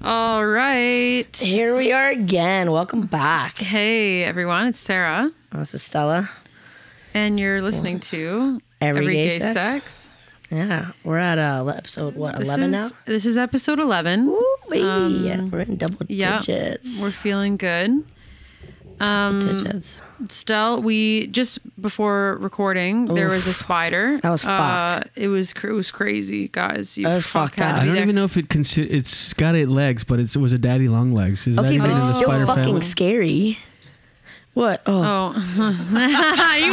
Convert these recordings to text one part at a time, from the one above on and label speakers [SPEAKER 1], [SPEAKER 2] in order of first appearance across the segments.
[SPEAKER 1] All right.
[SPEAKER 2] Here we are again. Welcome back. Oh,
[SPEAKER 1] Hey, everyone. It's Sarah,
[SPEAKER 2] This is Stella.
[SPEAKER 1] and you're listening to
[SPEAKER 2] Every Gay Sex.
[SPEAKER 1] Sex.
[SPEAKER 2] Yeah, we're at uh, episode what
[SPEAKER 1] This
[SPEAKER 2] eleven
[SPEAKER 1] is,
[SPEAKER 2] now.
[SPEAKER 1] This is episode 11.
[SPEAKER 2] Ooh, yeah, we're in double
[SPEAKER 1] yeah.
[SPEAKER 2] digits.
[SPEAKER 1] We're feeling good.
[SPEAKER 2] digits.
[SPEAKER 1] Stell, we just before recording, there was a spider.
[SPEAKER 2] That was
[SPEAKER 1] Uh, it was cr- it was crazy, guys. You
[SPEAKER 2] That was
[SPEAKER 1] fuck
[SPEAKER 2] fucked
[SPEAKER 1] had
[SPEAKER 2] up.
[SPEAKER 1] to
[SPEAKER 2] I
[SPEAKER 1] be
[SPEAKER 3] I don't
[SPEAKER 1] there.
[SPEAKER 3] even know if it consi- it's got eight legs, but it's, it was a daddy long legs. Is that
[SPEAKER 2] Okay,
[SPEAKER 3] even
[SPEAKER 2] but
[SPEAKER 3] in
[SPEAKER 2] it's
[SPEAKER 3] the
[SPEAKER 2] still
[SPEAKER 3] spider
[SPEAKER 2] fucking
[SPEAKER 3] family?
[SPEAKER 2] scary. What? Oh,
[SPEAKER 1] Oh, even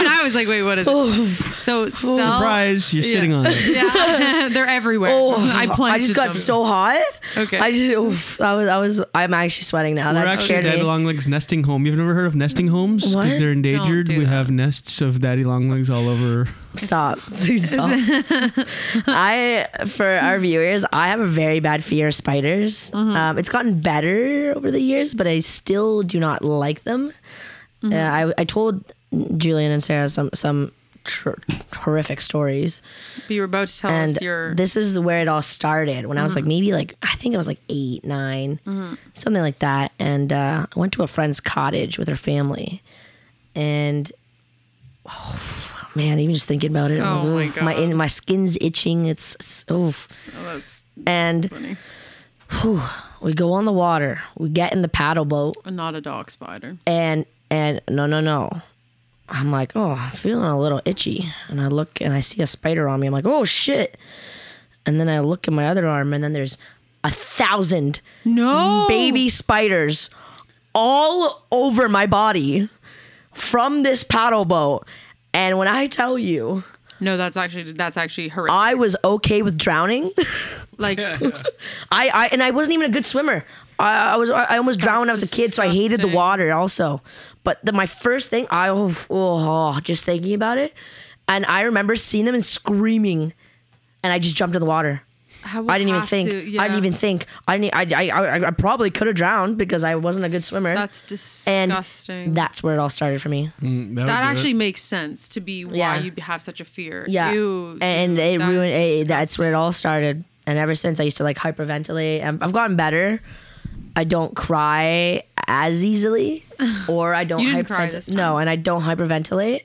[SPEAKER 1] I was like, wait, what is it? So Stell,
[SPEAKER 3] Surprise! You're sitting on it.
[SPEAKER 1] Yeah, they're everywhere. I plunged.
[SPEAKER 2] Oh. I just got
[SPEAKER 1] them.
[SPEAKER 2] so hot.
[SPEAKER 1] Okay.
[SPEAKER 2] I just, oof, I was, I was, I'm actually sweating now.
[SPEAKER 3] We're
[SPEAKER 2] that
[SPEAKER 3] actually
[SPEAKER 2] scared me.
[SPEAKER 3] daddy long legs nesting home. You've never heard of nesting homes
[SPEAKER 2] What?
[SPEAKER 3] because they're endangered.
[SPEAKER 1] do
[SPEAKER 3] we
[SPEAKER 1] that.
[SPEAKER 3] have nests of daddy long legs all over.
[SPEAKER 2] Stop. Please stop. I, for our viewers, I have a very bad fear of spiders. Um, it's gotten better over the years, but I still do not like them. Uh, I, I told Julian and Sarah some, some tr- horrific stories.
[SPEAKER 1] You were about to tell
[SPEAKER 2] And
[SPEAKER 1] us your Mm-hmm.
[SPEAKER 2] this is where it all started when I was like, maybe like, I think I was like eight, nine, something like that. And uh, I went to a friend's cottage with her family. And oh, man, even just thinking about it,
[SPEAKER 1] Oh, my
[SPEAKER 2] my,
[SPEAKER 1] God.
[SPEAKER 2] in, my skin's itching. It's, it's oof.
[SPEAKER 1] Oh, that's
[SPEAKER 2] And
[SPEAKER 1] funny.
[SPEAKER 2] we go on the water, we get in the paddle boat,
[SPEAKER 1] Not a dog spider.
[SPEAKER 2] and and no no no i'm like oh i'm feeling a little itchy and i look and i see a spider on me i'm like oh shit and then i look at my other arm and then there's a thousand
[SPEAKER 1] No.
[SPEAKER 2] baby spiders all over my body from this paddle boat and when i tell you
[SPEAKER 1] No, that's actually that's actually horrific.
[SPEAKER 2] i was okay with drowning
[SPEAKER 1] like
[SPEAKER 2] I, I and I wasn't even a good swimmer. I, I was I almost drowned when I was a kid, so I hated the
[SPEAKER 1] disgusting.
[SPEAKER 2] water also. But the, my first thing, I oh, oh, just thinking about it, and I remember seeing them and screaming, and I just jumped in the water.
[SPEAKER 1] how
[SPEAKER 2] I didn't even
[SPEAKER 1] have
[SPEAKER 2] think.
[SPEAKER 1] to- yeah.
[SPEAKER 2] I didn't even think. I didn't, I, I I I probably could have drowned because I wasn't a good swimmer.
[SPEAKER 1] That's
[SPEAKER 2] and
[SPEAKER 1] disgusting. that
[SPEAKER 2] that's where it all started for me.
[SPEAKER 3] Mm, that would do it.
[SPEAKER 1] actually makes sense to be why
[SPEAKER 2] Yeah.
[SPEAKER 1] you have such a fear.
[SPEAKER 2] Yeah,
[SPEAKER 1] Ew,
[SPEAKER 2] and
[SPEAKER 1] dude,
[SPEAKER 2] it
[SPEAKER 1] that is
[SPEAKER 2] ruined. It, that's
[SPEAKER 1] disgusting.
[SPEAKER 2] where it all started. And ever since, I used to like hyperventilate. Um, I've gotten better. I don't cry as easily, or I don't
[SPEAKER 1] You didn't cry
[SPEAKER 2] hyperventil-
[SPEAKER 1] this Mm-hmm.
[SPEAKER 2] No, and I don't hyperventilate.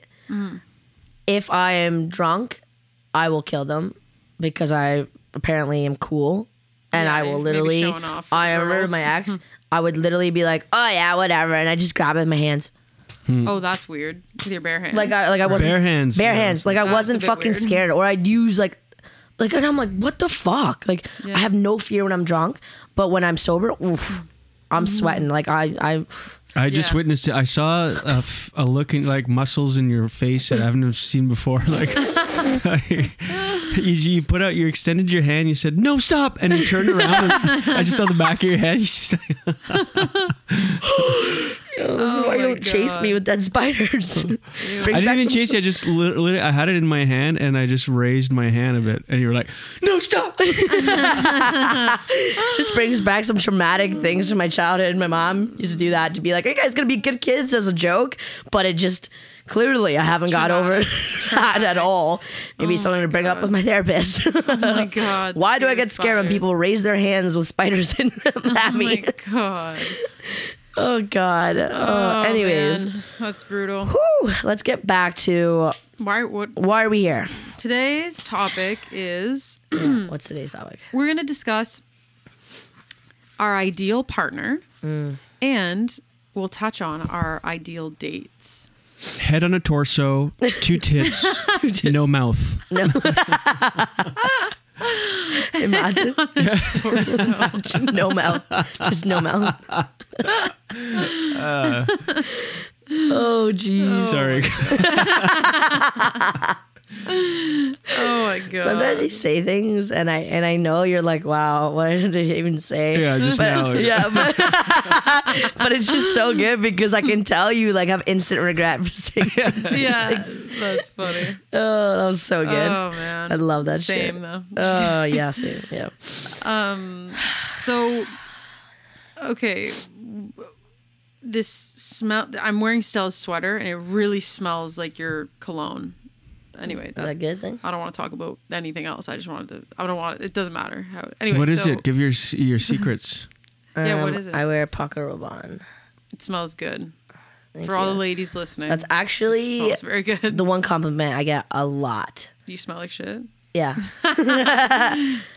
[SPEAKER 2] If I am drunk, I will kill them because I apparently am cool, and I
[SPEAKER 1] Yeah,
[SPEAKER 2] will
[SPEAKER 1] maybe
[SPEAKER 2] literally.
[SPEAKER 1] showing off for
[SPEAKER 2] I
[SPEAKER 1] the
[SPEAKER 2] remember
[SPEAKER 1] girls.
[SPEAKER 2] my ex. I would literally be like, "Oh yeah, whatever," and I just grab it with my hands.
[SPEAKER 3] Mm.
[SPEAKER 1] Oh, that's weird. With your bare hands.
[SPEAKER 2] Like I like I wasn't
[SPEAKER 3] Bare hands,
[SPEAKER 2] Bare
[SPEAKER 3] yeah.
[SPEAKER 2] hands. Like I
[SPEAKER 1] That's
[SPEAKER 2] wasn't
[SPEAKER 1] a bit
[SPEAKER 2] fucking
[SPEAKER 1] weird.
[SPEAKER 2] scared. Or I'd use like like and I'm like, what the fuck? Like
[SPEAKER 1] Yeah.
[SPEAKER 2] I have no fear when I'm drunk, but when I'm sober, oof,
[SPEAKER 1] Mm-hmm.
[SPEAKER 2] I'm sweating. Like I I
[SPEAKER 3] I just
[SPEAKER 1] Yeah.
[SPEAKER 3] witnessed it. I saw a, f- a look in like muscles in your face that I haven't seen before. Like, like, you, you put out, you extended your hand, you said no, stop, and you turned around. and I just saw the back of your head. You just,
[SPEAKER 2] this is why
[SPEAKER 1] Oh my
[SPEAKER 2] you don't chase me
[SPEAKER 1] God.
[SPEAKER 2] with dead spiders.
[SPEAKER 3] I didn't even chase you. I just lit- lit- I had it in my hand and I just raised my hand a bit, and you were like, no, stop.
[SPEAKER 2] Just brings back some traumatic things from my childhood. My mom used to do that to be like, "Are you guys gonna be good kids?" as a joke, but it just clearly I haven't got over
[SPEAKER 1] Traumatic. Oh
[SPEAKER 2] that at all. Maybe something to bring up
[SPEAKER 1] God.
[SPEAKER 2] with my therapist.
[SPEAKER 1] oh my god.
[SPEAKER 2] Why do I
[SPEAKER 1] you're
[SPEAKER 2] get scared when
[SPEAKER 1] spiders.
[SPEAKER 2] people raise their hands with spiders in them at
[SPEAKER 1] Oh my
[SPEAKER 2] me?
[SPEAKER 1] god.
[SPEAKER 2] Oh God. Oh,
[SPEAKER 1] Oh,
[SPEAKER 2] anyways,
[SPEAKER 1] man. that's brutal.
[SPEAKER 2] Whew, let's get back to
[SPEAKER 1] Why? What?
[SPEAKER 2] why are we here?
[SPEAKER 1] Today's topic is
[SPEAKER 2] What's today's topic?
[SPEAKER 1] we're going to discuss our ideal partner and we'll touch on our ideal dates.
[SPEAKER 3] Head on a torso, two tits, no mouth.
[SPEAKER 2] Imagine
[SPEAKER 1] Torso.
[SPEAKER 2] no mouth, just no mouth.
[SPEAKER 1] Uh.
[SPEAKER 2] oh jeez.
[SPEAKER 3] Sorry,
[SPEAKER 1] oh my god.
[SPEAKER 2] Sometimes you say things, and I and I know you're like, wow, what did I even say?
[SPEAKER 3] yeah, just now. like-
[SPEAKER 2] Yeah, but, but it's just so good because I can tell you like have instant regret for saying.
[SPEAKER 1] yeah, that's funny.
[SPEAKER 2] Oh, that was so good.
[SPEAKER 1] Oh man.
[SPEAKER 2] I love that shit.
[SPEAKER 1] Same though. Um,
[SPEAKER 2] Oh yeah, same. Yeah.
[SPEAKER 1] So, okay, this smell. I'm wearing Stella's sweater, and it really smells like your cologne. Anyway,
[SPEAKER 2] Is that a
[SPEAKER 1] that,
[SPEAKER 2] good thing?
[SPEAKER 1] I don't want to talk about anything else. I just wanted to. I don't want. It doesn't matter how. Anyway,
[SPEAKER 3] What is
[SPEAKER 1] so
[SPEAKER 3] it? Give your s- your secrets.
[SPEAKER 1] Yeah, what is it?
[SPEAKER 2] Um, I wear Paco Rabanne.
[SPEAKER 1] It smells good.
[SPEAKER 2] Thank
[SPEAKER 1] For all
[SPEAKER 2] you.
[SPEAKER 1] the ladies listening,
[SPEAKER 2] That's
[SPEAKER 1] it
[SPEAKER 2] actually
[SPEAKER 1] smells very good.
[SPEAKER 2] the one compliment I get a lot.
[SPEAKER 1] you smell like shit.
[SPEAKER 2] Yeah.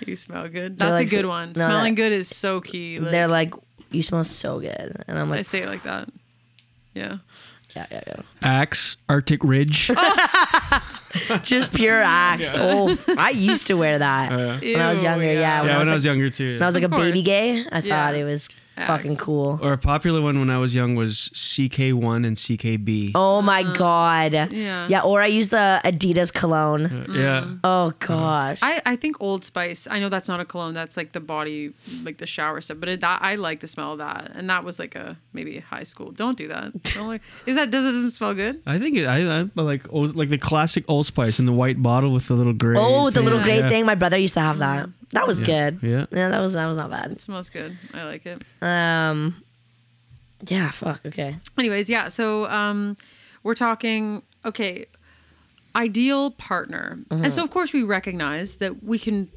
[SPEAKER 1] You smell good. That's
[SPEAKER 2] like-
[SPEAKER 1] a good one.
[SPEAKER 2] no,
[SPEAKER 1] Smelling good is so key. Like,
[SPEAKER 2] They're like, you smell so good. And I'm
[SPEAKER 1] I
[SPEAKER 2] like,
[SPEAKER 1] say it like that. Yeah.
[SPEAKER 2] yeah, yeah, yeah.
[SPEAKER 3] Axe, Arctic Ridge.
[SPEAKER 2] Oh. Just pure axe. Oh, I used to wear that
[SPEAKER 3] Uh,
[SPEAKER 2] when I was
[SPEAKER 1] Ew,
[SPEAKER 2] younger. Yeah.
[SPEAKER 1] yeah.
[SPEAKER 2] when
[SPEAKER 3] yeah,
[SPEAKER 2] I was,
[SPEAKER 3] when I
[SPEAKER 2] like,
[SPEAKER 3] was younger too.
[SPEAKER 2] when I was like a
[SPEAKER 1] Of
[SPEAKER 2] baby
[SPEAKER 1] course.
[SPEAKER 2] gay, I
[SPEAKER 1] Yeah.
[SPEAKER 2] thought it was fucking
[SPEAKER 1] Axe.
[SPEAKER 2] cool.
[SPEAKER 3] or a popular one when I was young was CK1 and CKB.
[SPEAKER 2] Oh my god.
[SPEAKER 1] yeah.
[SPEAKER 2] Yeah. Or I used the Adidas cologne.
[SPEAKER 3] Uh, Yeah.
[SPEAKER 2] Oh gosh.
[SPEAKER 1] I, I think Old Spice. I know that's not a cologne. That's like the body, like the shower stuff. But it, that, I like the smell of that. And that was like a maybe high school. Don't do that. Don't like. Is that does it doesn't smell good?
[SPEAKER 3] I think it, I, I like old, like the classic Old Spice in the white bottle with the little gray.
[SPEAKER 2] oh, with the little gray
[SPEAKER 3] Yeah.
[SPEAKER 2] thing. My brother used to have that. That was good.
[SPEAKER 3] Yeah.
[SPEAKER 2] Yeah. That was that was not bad.
[SPEAKER 1] It smells good. I like it.
[SPEAKER 2] Um. Yeah. Fuck. Okay.
[SPEAKER 1] anyways yeah so um we're talking okay ideal partner and
[SPEAKER 2] Mm-hmm.
[SPEAKER 1] so of course we recognize that we can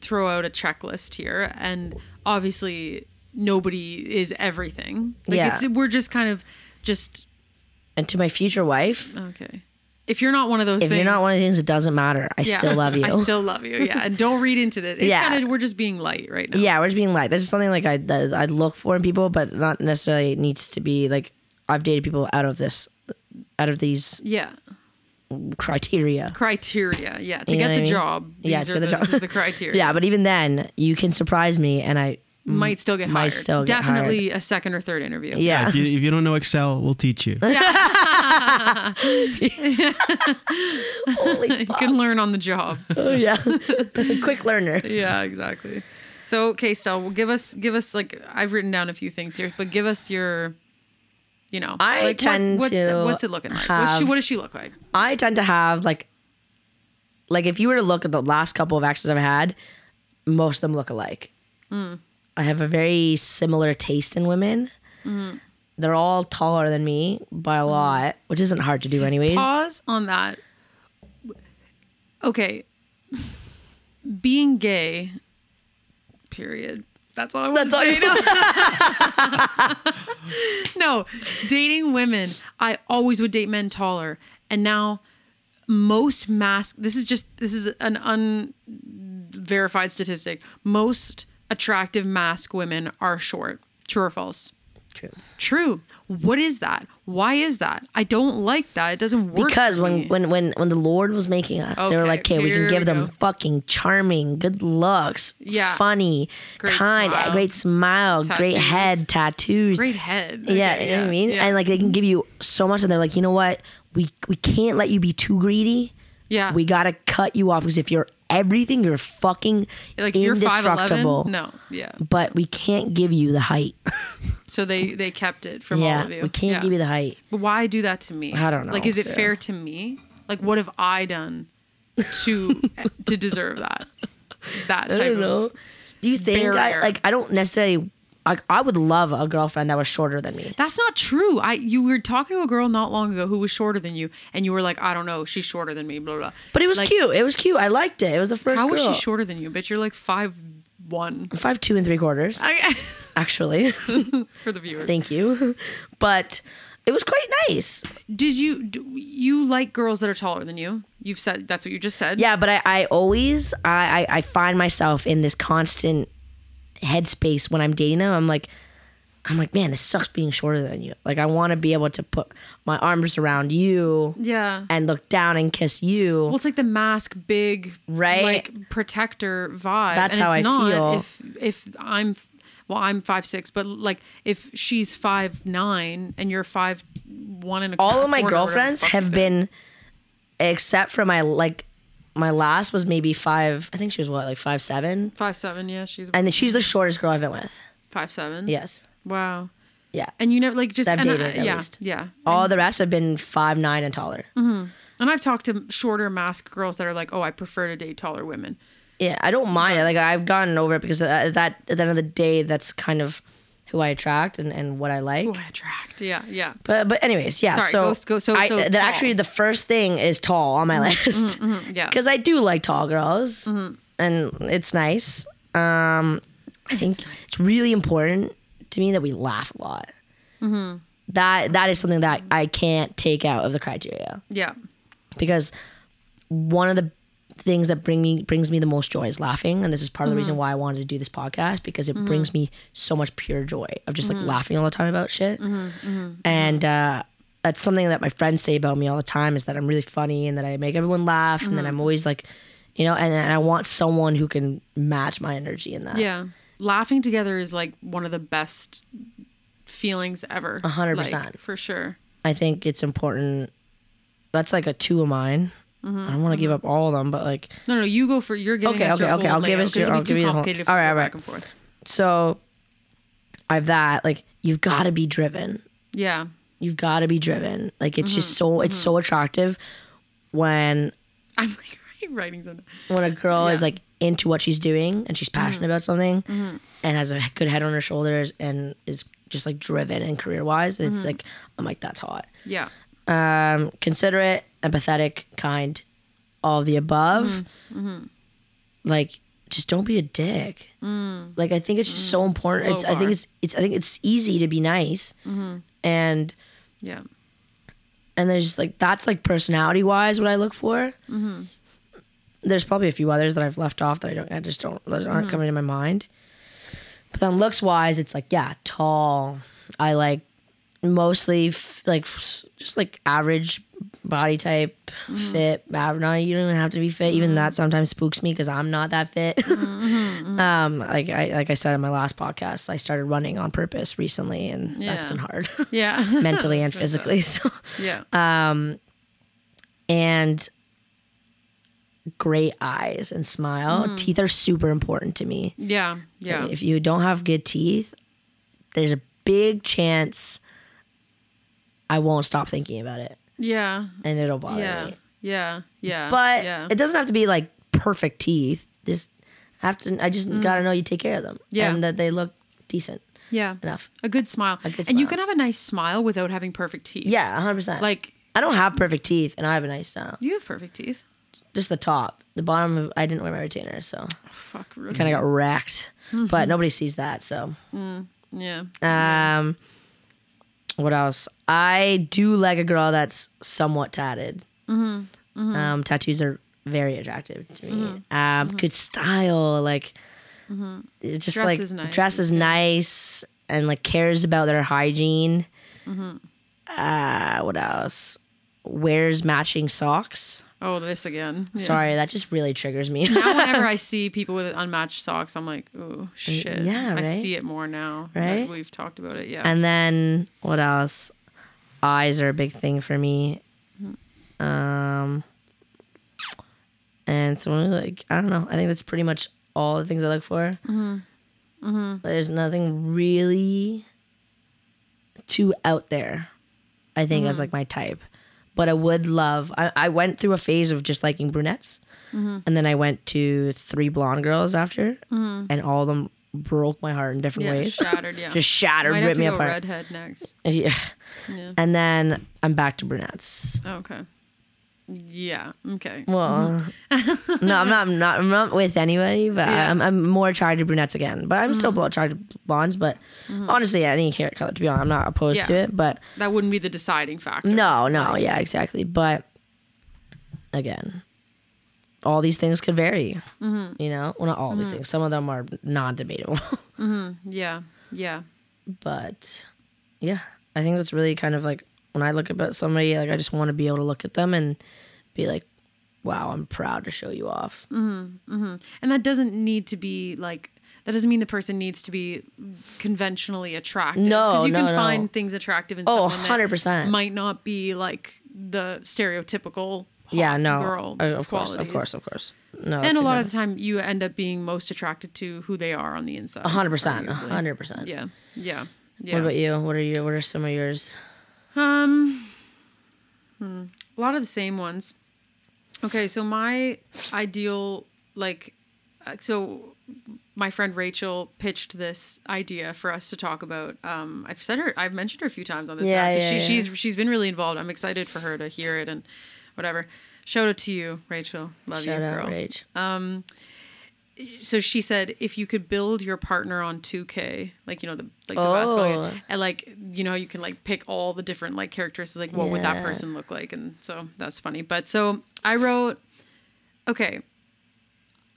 [SPEAKER 1] throw out a checklist here and obviously nobody is everything like
[SPEAKER 2] Yeah.
[SPEAKER 1] it's, we're just kind of just
[SPEAKER 2] And to my future wife,
[SPEAKER 1] okay if you're not one of those
[SPEAKER 2] if
[SPEAKER 1] things
[SPEAKER 2] you're not one of the things, it doesn't matter. I
[SPEAKER 1] yeah,
[SPEAKER 2] still love you.
[SPEAKER 1] i still love you yeah and don't read into this it's
[SPEAKER 2] Yeah.
[SPEAKER 1] kind of we're just being light right now
[SPEAKER 2] yeah, we're just being like, that's just something like I that I look for in people, but not necessarily needs to be like I've dated people out of this, out of these
[SPEAKER 1] yeah
[SPEAKER 2] criteria.
[SPEAKER 1] criteria yeah to
[SPEAKER 2] You know
[SPEAKER 1] get the
[SPEAKER 2] what I mean?
[SPEAKER 1] job
[SPEAKER 2] Yeah,
[SPEAKER 1] these
[SPEAKER 2] to
[SPEAKER 1] are
[SPEAKER 2] get the
[SPEAKER 1] the,
[SPEAKER 2] job.
[SPEAKER 1] this is the criteria
[SPEAKER 2] Yeah, but even then, you can surprise me, and I
[SPEAKER 1] might still get
[SPEAKER 2] Might
[SPEAKER 1] hired.
[SPEAKER 2] still get
[SPEAKER 1] Definitely a second or third interview.
[SPEAKER 2] yeah,
[SPEAKER 3] If you, if you don't know Excel, we'll teach you.
[SPEAKER 2] holy
[SPEAKER 1] You
[SPEAKER 2] fuck,
[SPEAKER 1] can learn on the job.
[SPEAKER 2] oh, yeah, quick learner.
[SPEAKER 1] yeah, exactly. So, okay, Stell, well, give us give us like I've written down a few things here, but give us your, you know,
[SPEAKER 2] I
[SPEAKER 1] like, what-
[SPEAKER 2] tend
[SPEAKER 1] what,
[SPEAKER 2] to
[SPEAKER 1] what's it looking like? What's she,
[SPEAKER 2] have-
[SPEAKER 1] what does she look like?
[SPEAKER 2] I tend to have like, like if you were to look at the last couple of exes I've had, most of them look alike.
[SPEAKER 1] Hmm.
[SPEAKER 2] I have a very similar taste in women.
[SPEAKER 1] Hmm.
[SPEAKER 2] They're all taller than me by a lot, which isn't hard to do anyways.
[SPEAKER 1] Pause on that. Okay, being gay. Period. That's all I want.
[SPEAKER 2] That's all you know.
[SPEAKER 1] no, dating women, I always would date men taller. And now most mask this is just this is an unverified statistic. Most attractive mask women are short. True or false?
[SPEAKER 2] True.
[SPEAKER 1] True. What is that? Why is that? I don't like that. It doesn't work.
[SPEAKER 2] Because
[SPEAKER 1] for
[SPEAKER 2] when,
[SPEAKER 1] me.
[SPEAKER 2] when when when the Lord was making us, they were
[SPEAKER 1] Okay,
[SPEAKER 2] like, "Okay, we
[SPEAKER 1] here
[SPEAKER 2] can give
[SPEAKER 1] we
[SPEAKER 2] them
[SPEAKER 1] go.
[SPEAKER 2] fucking charming, good looks,
[SPEAKER 1] Yeah.
[SPEAKER 2] funny,
[SPEAKER 1] Great
[SPEAKER 2] kind,
[SPEAKER 1] smile.
[SPEAKER 2] a great smile, great
[SPEAKER 1] Tattoos.
[SPEAKER 2] head, tattoos,
[SPEAKER 1] great head.
[SPEAKER 2] yeah,
[SPEAKER 1] Okay,
[SPEAKER 2] you know what I mean?
[SPEAKER 1] Yeah.
[SPEAKER 2] And like they can give you so much and they're like, you know what? We we can't let you be too greedy.
[SPEAKER 1] yeah.
[SPEAKER 2] We gotta cut you off because if you're everything, you're fucking
[SPEAKER 1] like you're five
[SPEAKER 2] indestructible.
[SPEAKER 1] eleven. No. Yeah.
[SPEAKER 2] But we can't give you the height.
[SPEAKER 1] So they they kept it from all
[SPEAKER 2] yeah.
[SPEAKER 1] of you.
[SPEAKER 2] We can't
[SPEAKER 1] Yeah.
[SPEAKER 2] give you the height.
[SPEAKER 1] But why do that to me?
[SPEAKER 2] I don't know,
[SPEAKER 1] Like, is it
[SPEAKER 2] so-
[SPEAKER 1] fair to me? Like, what have I done to to deserve that? That type of
[SPEAKER 2] Do you think I
[SPEAKER 1] barrier.
[SPEAKER 2] like I don't necessarily like I would love a girlfriend that was shorter than me.
[SPEAKER 1] that's not true. I you were talking to a girl not long ago who was shorter than you, and you were like, I don't know, she's shorter than me, blah blah. blah.
[SPEAKER 2] But it was
[SPEAKER 1] Like,
[SPEAKER 2] cute. It was cute. I liked it. It was the first
[SPEAKER 1] How
[SPEAKER 2] girl.
[SPEAKER 1] is she shorter than you? Bitch, you're like five one.
[SPEAKER 2] Five two and three quarters,
[SPEAKER 1] I,
[SPEAKER 2] actually.
[SPEAKER 1] for the viewers,
[SPEAKER 2] Thank you. But it was quite nice.
[SPEAKER 1] did you do you like girls that are taller than you? You've said that's what you just said.
[SPEAKER 2] Yeah, but I, I always I, I I find myself in this constant headspace when I'm dating them. I'm like I'm like, man, this sucks being shorter than you. Like I wanna be able to put my arms around you
[SPEAKER 1] Yeah.
[SPEAKER 2] and look down and kiss you.
[SPEAKER 1] Well, it's like the mask, big,
[SPEAKER 2] Right?
[SPEAKER 1] like protector vibe.
[SPEAKER 2] That's
[SPEAKER 1] and
[SPEAKER 2] how
[SPEAKER 1] it's
[SPEAKER 2] I
[SPEAKER 1] not
[SPEAKER 2] feel.
[SPEAKER 1] If if I'm, well, I'm five six, but like if she's five nine and you're five one and a
[SPEAKER 2] All of my
[SPEAKER 1] quarter, whatever the
[SPEAKER 2] girlfriends
[SPEAKER 1] fuck you
[SPEAKER 2] have
[SPEAKER 1] said.
[SPEAKER 2] been except for my like my last was maybe five I think she was what, like five seven?
[SPEAKER 1] five seven. Yeah, she's
[SPEAKER 2] And she's the shortest girl I've been with.
[SPEAKER 1] five seven.
[SPEAKER 2] Yes.
[SPEAKER 1] Wow.
[SPEAKER 2] Yeah.
[SPEAKER 1] And you never like just
[SPEAKER 2] That I've
[SPEAKER 1] and I-
[SPEAKER 2] dated, at
[SPEAKER 1] yeah
[SPEAKER 2] least.
[SPEAKER 1] yeah.
[SPEAKER 2] All the rest have been five nine and taller.
[SPEAKER 1] And I've talked to shorter mask girls that are like, oh, I prefer to date taller women.
[SPEAKER 2] Yeah, I don't mind it. Like I've gotten over it because at that at the end of the day, that's kind of who I attract and, and what I like.
[SPEAKER 1] Oh, I attract. Yeah, yeah.
[SPEAKER 2] But but anyways, yeah.
[SPEAKER 1] Sorry,
[SPEAKER 2] so
[SPEAKER 1] go- go- so-
[SPEAKER 2] I,
[SPEAKER 1] so
[SPEAKER 2] the-
[SPEAKER 1] tall. Mm-hmm,
[SPEAKER 2] actually the first thing is tall on my list
[SPEAKER 1] Yeah.
[SPEAKER 2] because I do like tall girls
[SPEAKER 1] Mm-hmm.
[SPEAKER 2] and it's nice. Um, I think it's really important to me that we laugh a lot.
[SPEAKER 1] Mm-hmm.
[SPEAKER 2] That that is something that I can't take out of the criteria
[SPEAKER 1] Yeah.
[SPEAKER 2] because one of the things that bring me brings me the most joy is laughing and this is part of the reason why I wanted to do this podcast because it brings me so much pure joy of just like laughing all the time about shit and uh that's something that my friends say about me all the time is that I'm really funny and that I make everyone laugh and that I'm always like you know and, and I want someone who can match my energy in that
[SPEAKER 1] Yeah. Laughing together is like one of the best feelings ever. A
[SPEAKER 2] hundred percent.
[SPEAKER 1] For sure.
[SPEAKER 2] I think it's important that's like a two of mine I don't want to give up all of them but like
[SPEAKER 1] No, no, you go for you're giving
[SPEAKER 2] Okay,
[SPEAKER 1] us
[SPEAKER 2] okay,
[SPEAKER 1] your
[SPEAKER 2] okay,
[SPEAKER 1] whole
[SPEAKER 2] I'll give
[SPEAKER 1] layout,
[SPEAKER 2] us
[SPEAKER 1] 'cause
[SPEAKER 2] your-
[SPEAKER 1] it'd be
[SPEAKER 2] I'll
[SPEAKER 1] too
[SPEAKER 2] give you the whole-
[SPEAKER 1] complicated if we
[SPEAKER 2] all
[SPEAKER 1] go
[SPEAKER 2] right, all
[SPEAKER 1] back
[SPEAKER 2] right.
[SPEAKER 1] and forth.
[SPEAKER 2] so I have that like you've got to be driven
[SPEAKER 1] Yeah.
[SPEAKER 2] you've got to be driven like it's just so it's so attractive when
[SPEAKER 1] I'm like writing something.
[SPEAKER 2] when a girl is like into what she's doing and she's passionate about something and has a good head on her shoulders and is just like driven and career wise and it's like I'm like that's hot
[SPEAKER 1] Yeah.
[SPEAKER 2] um considerate empathetic kind all the above like just don't be a dick like I think it's just so important
[SPEAKER 1] low
[SPEAKER 2] it's, I
[SPEAKER 1] bar.
[SPEAKER 2] think it's it's I think it's easy to be nice and
[SPEAKER 1] Yeah.
[SPEAKER 2] and there's just like that's like personality wise what I look for. There's probably a few others that I've left off that I don't, I just don't, that aren't coming to my mind. But then looks wise, it's like yeah, tall. I like mostly f- like f- just like average body type, fit. Av- not you don't even have to be fit. Even that sometimes spooks me because I'm not that fit. um, like I like I said in my last podcast, I started running on purpose recently, and that's
[SPEAKER 1] Yeah.
[SPEAKER 2] been hard
[SPEAKER 1] Yeah.
[SPEAKER 2] mentally and physically. So
[SPEAKER 1] yeah.
[SPEAKER 2] and great eyes and smile. Teeth are super important to me.
[SPEAKER 1] yeah. Hmm. Yeah.
[SPEAKER 2] If you don't have good teeth, there's a big chance I won't stop thinking about it
[SPEAKER 1] Yeah.
[SPEAKER 2] and it'll bother
[SPEAKER 1] Yeah.
[SPEAKER 2] me.
[SPEAKER 1] Yeah. Yeah.
[SPEAKER 2] But
[SPEAKER 1] yeah.
[SPEAKER 2] it doesn't have to be like perfect teeth. Just have to I just gotta know you take care of them.
[SPEAKER 1] Hmm. Yeah.
[SPEAKER 2] And that they look decent
[SPEAKER 1] yeah.
[SPEAKER 2] enough.
[SPEAKER 1] A good smile.
[SPEAKER 2] good
[SPEAKER 1] And you
[SPEAKER 2] smile.
[SPEAKER 1] can have a nice smile without having perfect teeth.
[SPEAKER 2] Yeah, hundred percent.
[SPEAKER 1] Like
[SPEAKER 2] I don't have perfect teeth and I have a nice style.
[SPEAKER 1] you have perfect teeth.
[SPEAKER 2] Just the top. The bottom of I didn't wear my retainer, so
[SPEAKER 1] Fuck. Really?
[SPEAKER 2] kind of got wrecked.
[SPEAKER 1] Mm-hmm.
[SPEAKER 2] But nobody sees that. So,
[SPEAKER 1] yeah.
[SPEAKER 2] um, what else? I do like a girl that's somewhat tatted.
[SPEAKER 1] Mm-hmm.
[SPEAKER 2] Um, tattoos are very attractive to me.
[SPEAKER 1] Mm-hmm.
[SPEAKER 2] Um, good style, like it's just
[SPEAKER 1] Mm-hmm. Dress
[SPEAKER 2] like
[SPEAKER 1] is nice,
[SPEAKER 2] dress is nice and like cares about their hygiene.
[SPEAKER 1] Mm-hmm.
[SPEAKER 2] Uh, what else? Wears matching socks.
[SPEAKER 1] Oh, this again. Yeah.
[SPEAKER 2] Sorry, that just really triggers me.
[SPEAKER 1] now whenever I see people with unmatched socks, I'm like, oh shit.
[SPEAKER 2] yeah,
[SPEAKER 1] I
[SPEAKER 2] right?
[SPEAKER 1] see it more now. that
[SPEAKER 2] Right?
[SPEAKER 1] We've talked about it. Yeah.
[SPEAKER 2] And then what else? Eyes are a big thing for me. Um, and so like I don't know. I think that's pretty much all the things I look for.
[SPEAKER 1] Mm-hmm.
[SPEAKER 2] There's nothing really too out there. I think
[SPEAKER 1] Mm-hmm.
[SPEAKER 2] as like my type, but I would love. I, I went through a phase of just liking brunettes,
[SPEAKER 1] Mm-hmm.
[SPEAKER 2] and then I went to three blonde girls after, and all of them broke my heart in different
[SPEAKER 1] Mm-hmm. yeah.
[SPEAKER 2] ways.
[SPEAKER 1] Shattered. Yeah.
[SPEAKER 2] Just shattered,
[SPEAKER 1] Might have
[SPEAKER 2] ripped
[SPEAKER 1] to
[SPEAKER 2] me
[SPEAKER 1] go
[SPEAKER 2] apart.
[SPEAKER 1] redhead next.
[SPEAKER 2] Yeah.
[SPEAKER 1] Yeah.
[SPEAKER 2] And then I'm back to brunettes.
[SPEAKER 1] Okay. Yeah. Okay.
[SPEAKER 2] Well, no, I'm not, I'm not. I'm not with anybody, but
[SPEAKER 1] Mm-hmm. Yeah. Mm-hmm.
[SPEAKER 2] I'm, I'm more attracted to brunettes again. But I'm still blow attracted to blondes. But honestly, any hair color, to be honest, I'm not opposed to
[SPEAKER 1] Yeah.
[SPEAKER 2] it. But
[SPEAKER 1] That wouldn't be the deciding factor.
[SPEAKER 2] no, no, yeah, exactly. But again, all these things could vary.
[SPEAKER 1] Mm-hmm.
[SPEAKER 2] You know, well, not all these things. Some of them are non-debatable.
[SPEAKER 1] Hmm, Yeah. Yeah.
[SPEAKER 2] but yeah, I think that's really kind of like when I look about somebody, like I just want to be able to look at them and be like, wow, I'm proud to show you off.
[SPEAKER 1] Mm, And that doesn't need to be like that doesn't mean the person needs to be conventionally attractive.
[SPEAKER 2] No,
[SPEAKER 1] you
[SPEAKER 2] no,
[SPEAKER 1] can
[SPEAKER 2] no.
[SPEAKER 1] find things attractive in
[SPEAKER 2] Oh,
[SPEAKER 1] someone
[SPEAKER 2] 100%.
[SPEAKER 1] that might not be like the stereotypical. hot
[SPEAKER 2] yeah, no,
[SPEAKER 1] girl.
[SPEAKER 2] Uh, of course, of
[SPEAKER 1] qualities.
[SPEAKER 2] course, of course. No,
[SPEAKER 1] And a lot of the time, you end up being most attracted to who they are on the inside.
[SPEAKER 2] hundred percent,
[SPEAKER 1] arguably.
[SPEAKER 2] hundred percent.
[SPEAKER 1] Yeah, yeah, yeah.
[SPEAKER 2] What about you? What are you? What are some of yours?
[SPEAKER 1] Um, hmm, a lot of the same ones. Okay, so my ideal, like, uh, so my friend Rachel pitched this idea for us to talk about. Um, I've said her, I've mentioned her a few times on this.
[SPEAKER 2] Yeah,
[SPEAKER 1] app, 'cause
[SPEAKER 2] yeah,
[SPEAKER 1] she,
[SPEAKER 2] yeah.
[SPEAKER 1] She's she's been really involved. I'm excited for her to hear it and whatever. Shout out to you, Rachel. Love
[SPEAKER 2] Shout
[SPEAKER 1] you,
[SPEAKER 2] out,
[SPEAKER 1] girl.
[SPEAKER 2] Rach.
[SPEAKER 1] so she said if you could build your partner on 2K, like you know the like the basketball game,
[SPEAKER 2] Oh.
[SPEAKER 1] and like you know you can like pick all the different like characteristics, like what would that
[SPEAKER 2] Yeah.
[SPEAKER 1] person look like, and so that's funny. But so I wrote, okay.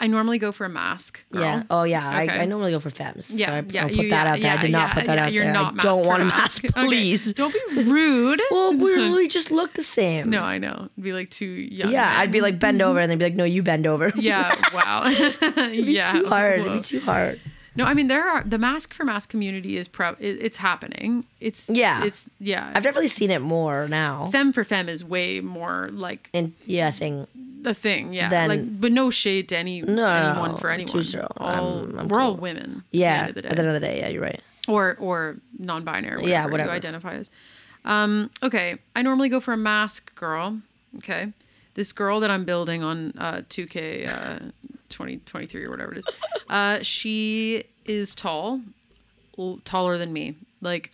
[SPEAKER 1] I normally go for a mask. Girl.
[SPEAKER 2] Yeah. Oh yeah.
[SPEAKER 1] Okay.
[SPEAKER 2] I, I normally go for femmes.
[SPEAKER 1] Yeah,
[SPEAKER 2] so I,
[SPEAKER 1] yeah,
[SPEAKER 2] will put
[SPEAKER 1] you-
[SPEAKER 2] that
[SPEAKER 1] yeah,
[SPEAKER 2] out there. I
[SPEAKER 1] yeah,
[SPEAKER 2] did not
[SPEAKER 1] yeah,
[SPEAKER 2] put that
[SPEAKER 1] yeah,
[SPEAKER 2] out
[SPEAKER 1] you're
[SPEAKER 2] there.
[SPEAKER 1] Not
[SPEAKER 2] I don't
[SPEAKER 1] mask
[SPEAKER 2] want
[SPEAKER 1] for
[SPEAKER 2] a mask,
[SPEAKER 1] Okay.
[SPEAKER 2] please.
[SPEAKER 1] Don't be rude.
[SPEAKER 2] Well, we really just look the same.
[SPEAKER 1] no, Mm-hmm. I know. It'd be like too young.
[SPEAKER 2] Yeah, I'd
[SPEAKER 1] then.
[SPEAKER 2] be like bend over, and they'd be like, "No, you bend over."
[SPEAKER 1] Yeah. Wow.
[SPEAKER 2] It'd be
[SPEAKER 1] yeah.
[SPEAKER 2] too hard. It'd
[SPEAKER 1] whoa.
[SPEAKER 2] be too hard.
[SPEAKER 1] No, I mean there are the mask for mask community is prob it, it's happening. It's
[SPEAKER 2] Yeah.
[SPEAKER 1] It's yeah.
[SPEAKER 2] I've definitely seen it more now.
[SPEAKER 1] femme for femme is way more like
[SPEAKER 2] and yeah, I think
[SPEAKER 1] the thing. Yeah.
[SPEAKER 2] Then-
[SPEAKER 1] like, but no shade to any
[SPEAKER 2] No,
[SPEAKER 1] anyone
[SPEAKER 2] no,
[SPEAKER 1] for anyone.
[SPEAKER 2] too strong.
[SPEAKER 1] All,
[SPEAKER 2] I'm- I'm
[SPEAKER 1] we're all
[SPEAKER 2] cool.
[SPEAKER 1] women. at the
[SPEAKER 2] yeah.
[SPEAKER 1] end of the day.
[SPEAKER 2] At the end of the day, yeah, you're right.
[SPEAKER 1] or or non-binary, whatever,
[SPEAKER 2] Yeah,
[SPEAKER 1] you
[SPEAKER 2] whatever.
[SPEAKER 1] identify as. Um, okay, I normally go for a mask girl. Okay, this girl that I'm building on uh, 2K uh, 2023 or whatever it is, uh, she is tall, l- taller than me, like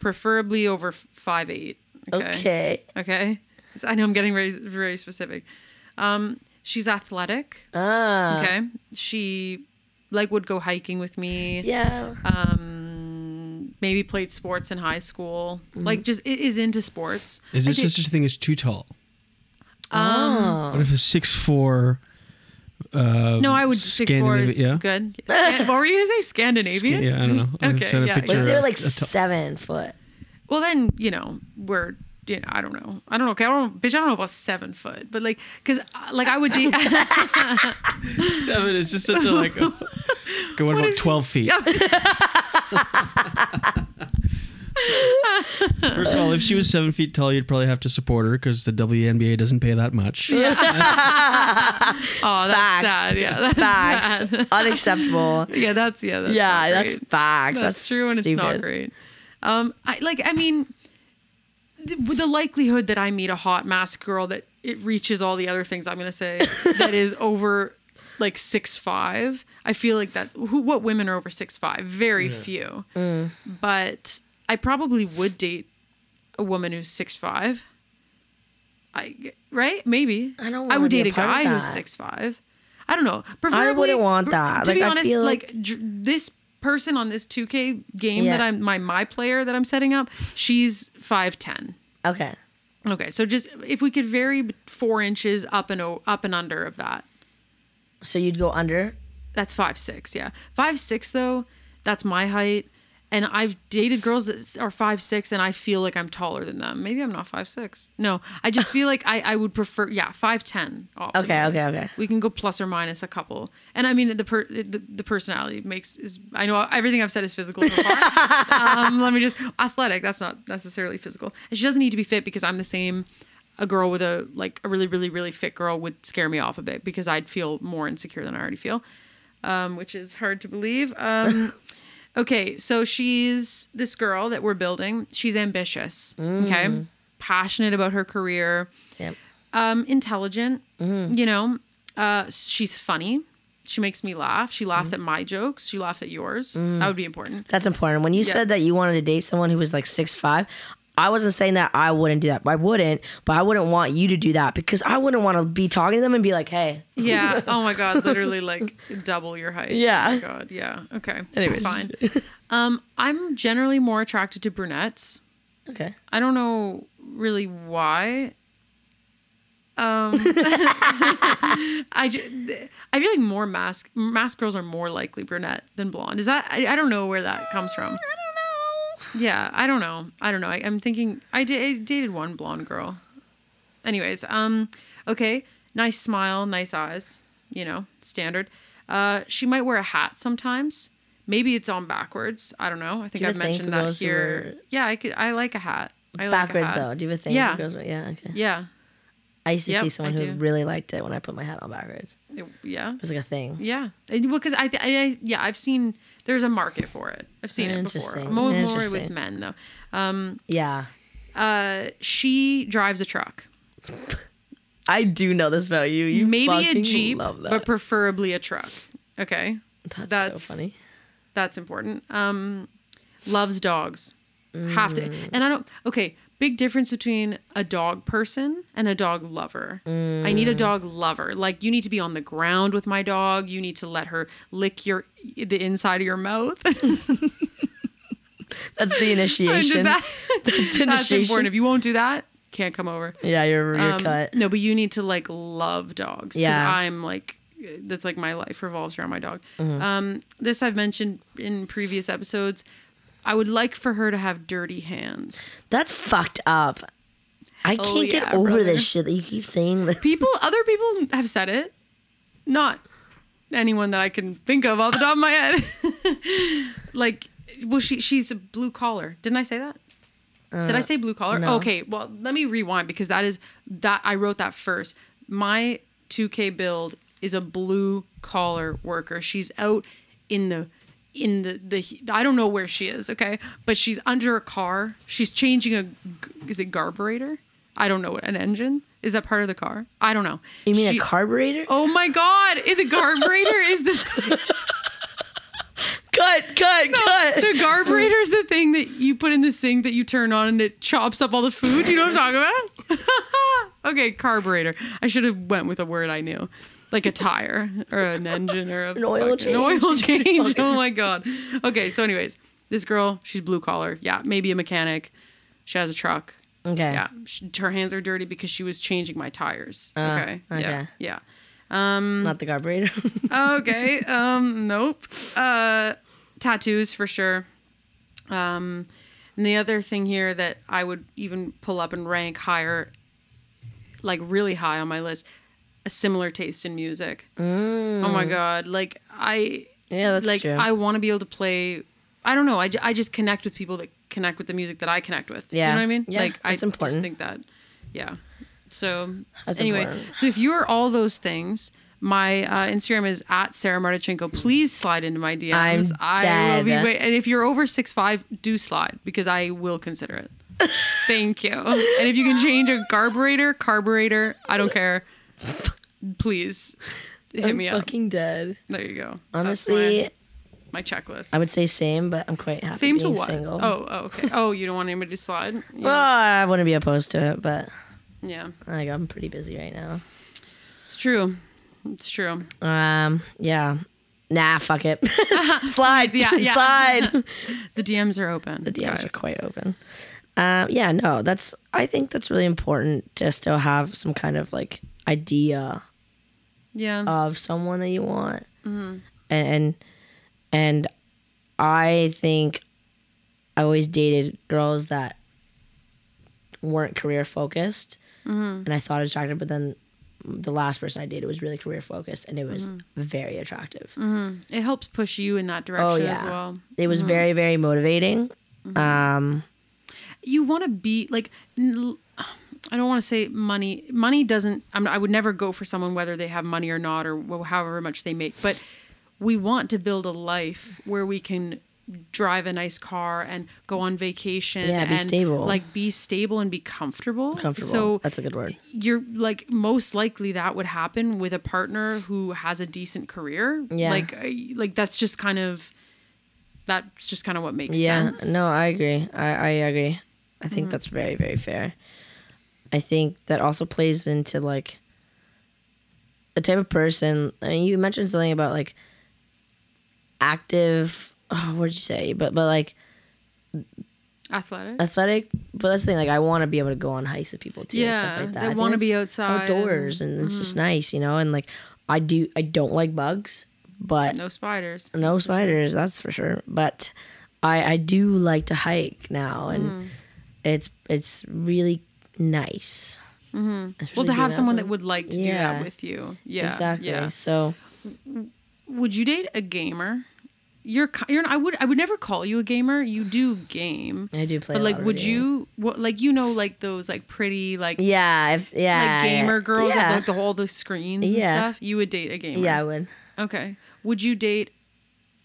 [SPEAKER 1] preferably over five eight.
[SPEAKER 2] Okay.
[SPEAKER 1] Okay. So I know I'm getting very very specific. Um, she's athletic.
[SPEAKER 2] Ah.
[SPEAKER 1] Okay. She like would go hiking with me
[SPEAKER 2] Yeah.
[SPEAKER 1] um maybe played sports in high school like just it is into sports
[SPEAKER 3] Mm-hmm.
[SPEAKER 1] I
[SPEAKER 3] Is there
[SPEAKER 1] think-
[SPEAKER 3] such a thing as too tall?
[SPEAKER 2] oh.
[SPEAKER 3] What if a six four? Uh,
[SPEAKER 1] no i would six four is
[SPEAKER 3] Scandinavi- yeah?
[SPEAKER 1] good Scan- what were you gonna say scandinavian
[SPEAKER 3] Scan- Yeah, I don't know. I was
[SPEAKER 1] Okay,
[SPEAKER 3] trying to
[SPEAKER 1] yeah,
[SPEAKER 3] picture
[SPEAKER 2] What if they're
[SPEAKER 3] a-
[SPEAKER 2] like
[SPEAKER 3] a tall-
[SPEAKER 2] seven foot?
[SPEAKER 1] well then you know we're you know, I don't know. I don't know. Okay, I don't. Bitch, I don't know about seven foot, but like, cause uh, like I would date.
[SPEAKER 3] seven is just such a like. a- Okay, what, about
[SPEAKER 1] if-
[SPEAKER 3] twelve feet? First of all, if she was seven feet tall, you'd probably have to support her because the WNBA doesn't pay that much.
[SPEAKER 1] oh, that's
[SPEAKER 2] Facts.
[SPEAKER 1] sad. Yeah, that's
[SPEAKER 2] Facts.
[SPEAKER 1] sad.
[SPEAKER 2] Unacceptable.
[SPEAKER 1] Yeah, that's yeah. That's not
[SPEAKER 2] yeah,
[SPEAKER 1] great.
[SPEAKER 2] that's facts. That's,
[SPEAKER 1] That's, true, and it's not
[SPEAKER 2] stupid.
[SPEAKER 1] great. Um, I like. I mean, the, with the likelihood that I meet a hot mask girl that it reaches all the other things I'm gonna say that is over like six five. I feel like that. Who? What women are over six five? Very few.
[SPEAKER 2] Mm.
[SPEAKER 1] But I probably would date a woman who's six five. I right? Maybe.
[SPEAKER 2] I don't
[SPEAKER 1] I would
[SPEAKER 2] wanna
[SPEAKER 1] date
[SPEAKER 2] be
[SPEAKER 1] a
[SPEAKER 2] a part of
[SPEAKER 1] guy who's
[SPEAKER 2] that.
[SPEAKER 1] six five. I don't know. Preferably,
[SPEAKER 2] want that.
[SPEAKER 1] To be
[SPEAKER 2] Like, I
[SPEAKER 1] honest,
[SPEAKER 2] feel
[SPEAKER 1] like
[SPEAKER 2] like-
[SPEAKER 1] dr- this person on this 2K game
[SPEAKER 2] Yeah.
[SPEAKER 1] that I'm my my player that I'm setting up, she's 5'10.
[SPEAKER 2] Okay.
[SPEAKER 1] Okay, so just if we could vary b- 4 inches up and o- up and under of that.
[SPEAKER 2] So you'd go under?
[SPEAKER 1] That's 5'6, yeah. 5'6 though, that's my height. And I've dated girls that s- are 5'6 and I feel like I'm taller than them. Maybe I'm not 5'6. No, I just feel like I, I would prefer, yeah, 5'10.
[SPEAKER 2] Okay,
[SPEAKER 1] optimally.
[SPEAKER 2] okay, okay.
[SPEAKER 1] We can go plus or minus a couple. And I mean, the per, the, the personality makes is. I know everything I've said is physical so far. um, let me just athletic. That's not necessarily physical. And she doesn't need to be fit because I'm the same. A girl with a like a really really really fit girl would scare me off a bit because I'd feel more insecure than I already feel, um, which is hard to believe. Um, okay, so she's this girl that we're building. She's ambitious.
[SPEAKER 2] Mm.
[SPEAKER 1] Okay, passionate about her career
[SPEAKER 2] Yep.
[SPEAKER 1] um, intelligent.
[SPEAKER 2] Mm-hmm.
[SPEAKER 1] You know, uh, she's funny. She makes me laugh. She laughs
[SPEAKER 2] Mm-hmm.
[SPEAKER 1] at my jokes. She laughs at yours.
[SPEAKER 2] Mm.
[SPEAKER 1] That would be important.
[SPEAKER 2] That's important. When you said that you wanted to date someone who was like six five, I wasn't saying that I wouldn't do that. I wouldn't, but I wouldn't want you to do that because I wouldn't want to be talking to them and be like, hey,
[SPEAKER 1] Yeah. Oh my god. Literally like double your height.
[SPEAKER 2] Yeah.
[SPEAKER 1] Oh my god. Yeah. Okay.
[SPEAKER 2] Anyways.
[SPEAKER 1] Fine. Um, I'm generally more attracted to brunettes.
[SPEAKER 2] okay.
[SPEAKER 1] I don't know really why. Um, I, ju- I feel like more mask mask girls are more likely brunette than blonde. Is that I, I don't know where that comes from. Yeah, I don't know. I don't know. I, I'm thinking I, da- I dated one blonde girl. Anyways, um, okay, nice smile, nice eyes, you know, standard. Uh, she might wear a hat sometimes. Maybe it's on backwards. I don't know. I think
[SPEAKER 2] you
[SPEAKER 1] I've
[SPEAKER 2] ever think
[SPEAKER 1] mentioned
[SPEAKER 2] for
[SPEAKER 1] that
[SPEAKER 2] those who
[SPEAKER 1] here. Yeah, I could. I like a hat. I like a
[SPEAKER 2] Backwards
[SPEAKER 1] hat.
[SPEAKER 2] though. Do you ever think?
[SPEAKER 1] Yeah.
[SPEAKER 2] Girls, yeah, okay.
[SPEAKER 1] Yeah.
[SPEAKER 2] I used to
[SPEAKER 1] Yep, I
[SPEAKER 2] see someone
[SPEAKER 1] do.
[SPEAKER 2] who really liked it when I put my hat on backwards. It
[SPEAKER 1] It- yeah.
[SPEAKER 2] was like a thing.
[SPEAKER 1] Yeah. And- Well, because I, I, I, yeah, I've seen there's a market for it. I've seen it before.
[SPEAKER 2] Interesting,
[SPEAKER 1] More, more
[SPEAKER 2] interesting.
[SPEAKER 1] with men though. Um,
[SPEAKER 2] Yeah.
[SPEAKER 1] uh, she drives a truck.
[SPEAKER 2] I do know this about you. You
[SPEAKER 1] maybe a
[SPEAKER 2] fucking
[SPEAKER 1] jeep,
[SPEAKER 2] love that.
[SPEAKER 1] but preferably a truck. Okay,
[SPEAKER 2] that's,
[SPEAKER 1] that's-
[SPEAKER 2] so funny.
[SPEAKER 1] that's important. Um, loves dogs. Have to. And I don't okay, big difference between a dog person and a dog lover. I need a dog lover. Like you need to be on the ground with my dog. You need to let her lick your the inside of your mouth.
[SPEAKER 2] That's the initiation.
[SPEAKER 1] that,
[SPEAKER 2] That's
[SPEAKER 1] that's
[SPEAKER 2] initiation.
[SPEAKER 1] important. If you won't do that, can't come over.
[SPEAKER 2] yeah, you're, you're
[SPEAKER 1] Um,
[SPEAKER 2] cut.
[SPEAKER 1] No, but you need to like love dogs.
[SPEAKER 2] Yeah.
[SPEAKER 1] Yeah. I'm like, that's like my life revolves around my dog. Um, this I've mentioned in previous episodes. I would like for her to have dirty hands.
[SPEAKER 2] That's fucked up. I can't get
[SPEAKER 1] Oh, yeah,
[SPEAKER 2] over
[SPEAKER 1] brother.
[SPEAKER 2] this shit that you keep saying. That.
[SPEAKER 1] People, other people have said it. Not anyone that I can think of off the top of my head. like, well, she she's a blue collar. Didn't I say that? Did I say blue collar?
[SPEAKER 2] Uh, no.
[SPEAKER 1] Okay, well, let me rewind because that is that I wrote that first. My 2K build is a blue collar worker. She's out in the in the the I don't know where she is, okay? But she's under a car. She's changing a g- is it carburetor? I don't know what an engine is that part of the car? I don't know.
[SPEAKER 2] You mean
[SPEAKER 1] She-
[SPEAKER 2] a carburetor?
[SPEAKER 1] Oh my god, the carburetor is the
[SPEAKER 2] cut, cut, cut.
[SPEAKER 1] The carburetor is the thing that you put in the sink that you turn on and it chops up all the food. You know what I'm talking about? okay, carburetor. I should have went with a word I knew, like a tire or an engine or a an
[SPEAKER 2] oil
[SPEAKER 1] An oil
[SPEAKER 2] change.
[SPEAKER 1] change. Oh my god. Okay, so anyways, this girl, she's blue collar. Yeah, maybe a mechanic. She has a truck.
[SPEAKER 2] okay.
[SPEAKER 1] Yeah, she, her hands are dirty because she was changing my tires. okay. Yeah.
[SPEAKER 2] Ah, okay.
[SPEAKER 1] Yeah.
[SPEAKER 2] Not the carburetor.
[SPEAKER 1] okay. Um, nope. Uh, tattoos for sure. Um, and the other thing here that I would even pull up and rank higher, like really high on my list, a similar taste in music. Oh my god! Like I,
[SPEAKER 2] yeah, that's
[SPEAKER 1] like
[SPEAKER 2] true.
[SPEAKER 1] I want to be able to play. I don't know. I, ju- I just connect with people that connect with the music that I connect with. Do
[SPEAKER 2] Yeah.
[SPEAKER 1] you know what I mean?
[SPEAKER 2] Yeah,
[SPEAKER 1] like I
[SPEAKER 2] that's important.
[SPEAKER 1] just think that. Yeah. So
[SPEAKER 2] That's
[SPEAKER 1] anyway,
[SPEAKER 2] important.
[SPEAKER 1] so if you're all those things, my uh, Instagram is at Sarah Martichenko. Please slide into my DMs.
[SPEAKER 2] I'm
[SPEAKER 1] I will be
[SPEAKER 2] dead.
[SPEAKER 1] wait- and if you're over six five, do slide because I will consider it. Thank you. And if you can change a carburetor, carburetor, I don't care. Please hit
[SPEAKER 2] I'm
[SPEAKER 1] me up.
[SPEAKER 2] fucking dead.
[SPEAKER 1] There you go. That's my-
[SPEAKER 2] Honestly,
[SPEAKER 1] my checklist.
[SPEAKER 2] I would say same, but I'm quite happy
[SPEAKER 1] Same to
[SPEAKER 2] being
[SPEAKER 1] what?
[SPEAKER 2] single.
[SPEAKER 1] Oh, oh, okay. Oh, you don't want anybody to slide? Yeah.
[SPEAKER 2] Well, I wouldn't be opposed to it, but
[SPEAKER 1] yeah.
[SPEAKER 2] like I'm pretty busy right now.
[SPEAKER 1] It's true. It's true.
[SPEAKER 2] Um, yeah. Nah, fuck it. slide,
[SPEAKER 1] Yeah, yeah.
[SPEAKER 2] slide.
[SPEAKER 1] The DMs are open.
[SPEAKER 2] The DMs are quite open. Um, yeah, no, that's. I think that's really important to still have some kind of like idea
[SPEAKER 1] Yeah.
[SPEAKER 2] of someone that you want, and, and and I think I always dated girls that weren't career focused, and I thought attractive, but then the last person I dated was really career focused, and it was very attractive.
[SPEAKER 1] it helps push you in that
[SPEAKER 2] Oh
[SPEAKER 1] direction
[SPEAKER 2] yeah,
[SPEAKER 1] as well.
[SPEAKER 2] it was very very motivating. Um,
[SPEAKER 1] You want to be like, n- I don't want to say money. Money doesn't, I'm, I would never go for someone whether they have money or not or wh- however much they make. But we want to build a life where we can drive a nice car and go on vacation
[SPEAKER 2] Yeah, be
[SPEAKER 1] and
[SPEAKER 2] stable.
[SPEAKER 1] like be stable and be comfortable.
[SPEAKER 2] comfortable.
[SPEAKER 1] So
[SPEAKER 2] that's a good word.
[SPEAKER 1] you're like most likely that would happen with a partner who has a decent career.
[SPEAKER 2] Yeah.
[SPEAKER 1] Like I- like that's just kind of that's just kind of what makes
[SPEAKER 2] Yeah,
[SPEAKER 1] sense. Mm-hmm.
[SPEAKER 2] no, I agree. I, I agree. I think that's very, very fair. I think that also plays into like the type of person. I mean, you mentioned something about like active. Oh, what did you say? But but like
[SPEAKER 1] Athletic.
[SPEAKER 2] athletic. But that's the thing. Like I want to be able to go on hikes with people too. and stuff
[SPEAKER 1] Yeah,
[SPEAKER 2] like that.
[SPEAKER 1] they
[SPEAKER 2] I think
[SPEAKER 1] wanna be
[SPEAKER 2] that's
[SPEAKER 1] outside mm-hmm.
[SPEAKER 2] outdoors, and, it's just nice, you know. And like I do, I don't like bugs, but
[SPEAKER 1] No spiders.
[SPEAKER 2] no spiders that's for sure but i i do like to hike now and
[SPEAKER 1] Mm.
[SPEAKER 2] it's it's really nice mm-hmm.
[SPEAKER 1] Well, to have someone that would like to do
[SPEAKER 2] Yeah.
[SPEAKER 1] that with you. Yeah.
[SPEAKER 2] exactly
[SPEAKER 1] Yeah.
[SPEAKER 2] so
[SPEAKER 1] Would you date a gamer? You're ki- you're I would I would never call you a gamer. You do game.
[SPEAKER 2] i do play
[SPEAKER 1] But
[SPEAKER 2] a
[SPEAKER 1] like
[SPEAKER 2] lot of
[SPEAKER 1] would
[SPEAKER 2] video games.
[SPEAKER 1] you what like you know like those like pretty like
[SPEAKER 2] yeah if, yeah
[SPEAKER 1] like gamer
[SPEAKER 2] yeah.
[SPEAKER 1] girls
[SPEAKER 2] yeah.
[SPEAKER 1] with like the whole the screens and
[SPEAKER 2] Yeah.
[SPEAKER 1] stuff? You would date a gamer.
[SPEAKER 2] yeah i would
[SPEAKER 1] Okay. Would you date?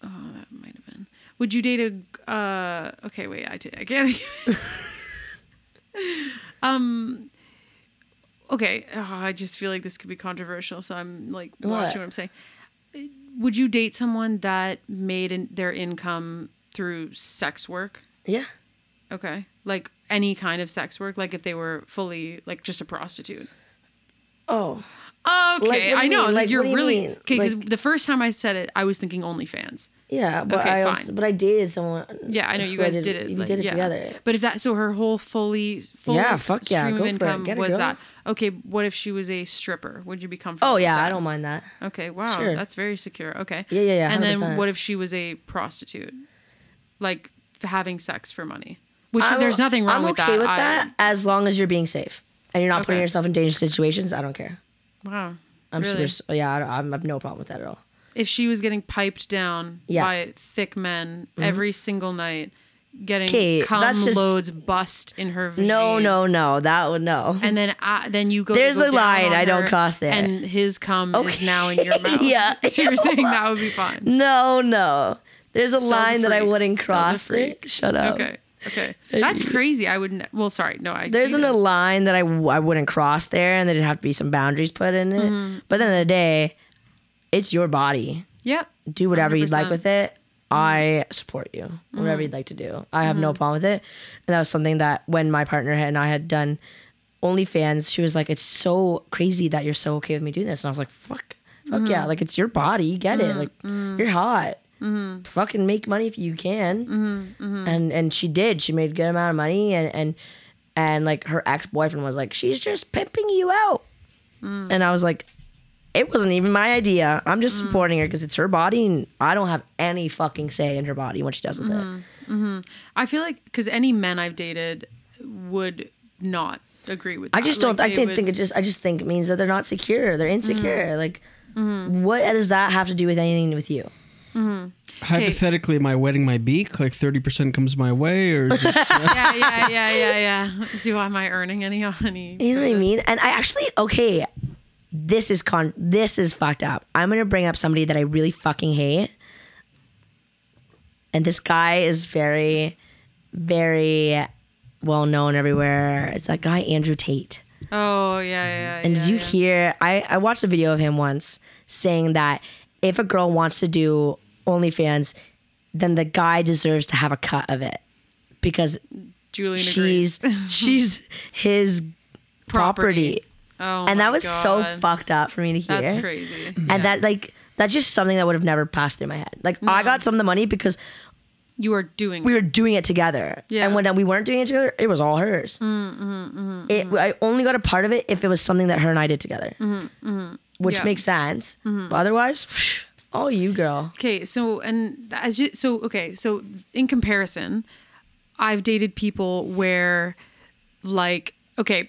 [SPEAKER 1] Oh, that might have been. Would you date a? Uh, okay, wait. I, t- I can't. think- um. Okay. Oh, I just feel like this could be controversial, so I'm like watching what I'm saying. Uh, Would you date someone that made an, their income through sex work?
[SPEAKER 2] yeah
[SPEAKER 1] Okay. Like any kind of sex work, like if they were fully like just a prostitute.
[SPEAKER 2] Oh.
[SPEAKER 1] Okay,
[SPEAKER 2] Like, what do you
[SPEAKER 1] I know.
[SPEAKER 2] mean?
[SPEAKER 1] Like,
[SPEAKER 2] Like,
[SPEAKER 1] you're
[SPEAKER 2] what do you
[SPEAKER 1] really
[SPEAKER 2] mean?
[SPEAKER 1] okay. 'cause
[SPEAKER 2] Like-
[SPEAKER 1] the first time I said it, I was thinking OnlyFans.
[SPEAKER 2] Yeah, but
[SPEAKER 1] Okay,
[SPEAKER 2] I
[SPEAKER 1] fine.
[SPEAKER 2] also, but I dated someone.
[SPEAKER 1] Yeah, I know you
[SPEAKER 2] who
[SPEAKER 1] guys did, it.
[SPEAKER 2] We
[SPEAKER 1] like,
[SPEAKER 2] did it
[SPEAKER 1] yeah.
[SPEAKER 2] together.
[SPEAKER 1] But if that, so her whole fully, full
[SPEAKER 2] Yeah, fuck yeah,
[SPEAKER 1] stream
[SPEAKER 2] go
[SPEAKER 1] of
[SPEAKER 2] for it.
[SPEAKER 1] income
[SPEAKER 2] Get it,
[SPEAKER 1] was
[SPEAKER 2] girl.
[SPEAKER 1] that. Okay, what if she was a stripper? Would you be comfortable?
[SPEAKER 2] Oh
[SPEAKER 1] with
[SPEAKER 2] yeah,
[SPEAKER 1] that?
[SPEAKER 2] I don't mind that.
[SPEAKER 1] Okay, wow,
[SPEAKER 2] Sure.
[SPEAKER 1] that's very secure. Okay.
[SPEAKER 2] Yeah, yeah, yeah,
[SPEAKER 1] And then
[SPEAKER 2] 100%.
[SPEAKER 1] what if she was a prostitute, like f- having sex for money? Which
[SPEAKER 2] I'm-
[SPEAKER 1] there's nothing wrong
[SPEAKER 2] I'm
[SPEAKER 1] with
[SPEAKER 2] okay
[SPEAKER 1] that.
[SPEAKER 2] with
[SPEAKER 1] I-
[SPEAKER 2] that as long as you're being safe and you're not putting
[SPEAKER 1] Okay.
[SPEAKER 2] yourself in dangerous situations. I don't care.
[SPEAKER 1] Wow.
[SPEAKER 2] I'm
[SPEAKER 1] really?
[SPEAKER 2] super super. Yeah, I, don't- I'm, I have no problem with that at all.
[SPEAKER 1] if she was getting piped down
[SPEAKER 2] Yeah.
[SPEAKER 1] by thick men every single night, getting
[SPEAKER 2] 'Kay,
[SPEAKER 1] cum
[SPEAKER 2] that's just-
[SPEAKER 1] loads bust in her vagine.
[SPEAKER 2] No, no, no. That would no.
[SPEAKER 1] And then I, then you go. to
[SPEAKER 2] There's
[SPEAKER 1] go
[SPEAKER 2] a
[SPEAKER 1] down
[SPEAKER 2] line
[SPEAKER 1] on
[SPEAKER 2] I don't
[SPEAKER 1] her,
[SPEAKER 2] cross there.
[SPEAKER 1] And his cum is
[SPEAKER 2] Okay.
[SPEAKER 1] now in your mouth.
[SPEAKER 2] Yeah.
[SPEAKER 1] So you're saying that would be fine.
[SPEAKER 2] No, no. There's a
[SPEAKER 1] Stel's a
[SPEAKER 2] line that I
[SPEAKER 1] freak.
[SPEAKER 2] wouldn't
[SPEAKER 1] Stel's a
[SPEAKER 2] cross. there.
[SPEAKER 1] freak.
[SPEAKER 2] Shut up.
[SPEAKER 1] Okay. Okay. That's crazy. I wouldn't. Well, sorry. No, I.
[SPEAKER 2] There's
[SPEAKER 1] see
[SPEAKER 2] an, a
[SPEAKER 1] this.
[SPEAKER 2] line that I, w- I wouldn't cross there, and there'd have to be some boundaries put in it.
[SPEAKER 1] Mm-hmm.
[SPEAKER 2] But at the end of the day, it's your body.
[SPEAKER 1] Yep.
[SPEAKER 2] do whatever you would like
[SPEAKER 1] 100%.
[SPEAKER 2] with it. I support you, whatever you'd like to do. I have no problem with it. And that was something that when my partner had- and I had done OnlyFans, she was like, It's so crazy that you're so okay with me doing this. And I was like, Fuck, fuck yeah. Like, it's your body. You get it. Like, you're hot. Fucking make money if you can. And and she did. She made a good amount of money. And, and, and like her ex boyfriend was like, She's just pimping you out. And I was like, it wasn't even my idea. I'm just
[SPEAKER 1] Mm.
[SPEAKER 2] supporting her because it's her body, and I don't have any fucking say in her body when she does with
[SPEAKER 1] Mm-hmm.
[SPEAKER 2] it.
[SPEAKER 1] I feel like because any men I've dated would not agree with.
[SPEAKER 2] I
[SPEAKER 1] that.
[SPEAKER 2] just don't.
[SPEAKER 1] Like,
[SPEAKER 2] I
[SPEAKER 1] they
[SPEAKER 2] think,
[SPEAKER 1] would- Mm-hmm.
[SPEAKER 2] think it just. I just think it means that they're not secure. They're insecure. Like, what does that have to do with anything with you?
[SPEAKER 3] Hypothetically, am I wetting my beak? Like thirty percent comes my way, or just,
[SPEAKER 1] yeah, yeah, yeah, yeah, yeah. Do am I earning any honey?
[SPEAKER 2] You know what I mean? And I actually okay. This is con. This is fucked up. I'm gonna bring up somebody that I really fucking hate. And this guy is very, very well known everywhere. It's that guy Andrew Tate.
[SPEAKER 1] Oh yeah, yeah.
[SPEAKER 2] And
[SPEAKER 1] yeah,
[SPEAKER 2] did you
[SPEAKER 1] yeah.
[SPEAKER 2] hear? I, I watched a video of him once saying that if a girl wants to do OnlyFans, then the guy deserves to have a cut of it because
[SPEAKER 1] Julian agrees.
[SPEAKER 2] she's she's his property.
[SPEAKER 1] Oh,
[SPEAKER 2] and
[SPEAKER 1] my
[SPEAKER 2] that was so
[SPEAKER 1] God.
[SPEAKER 2] fucked up for me to hear.
[SPEAKER 1] That's crazy.
[SPEAKER 2] And that like that's just something that would have never passed through my head. Like I got some of the money because
[SPEAKER 1] You are doing.
[SPEAKER 2] we
[SPEAKER 1] it.
[SPEAKER 2] were doing it together.
[SPEAKER 1] Yeah. Mm,
[SPEAKER 2] And when we weren't doing it together, it was all hers. It, I only got a part of it if it was something that her and I did together, which
[SPEAKER 1] Mm, Yeah. Mm-hmm.
[SPEAKER 2] makes sense. But otherwise, phew, all you, girl.
[SPEAKER 1] Okay, so and as you, so okay, so in comparison, I've dated people where, like, okay,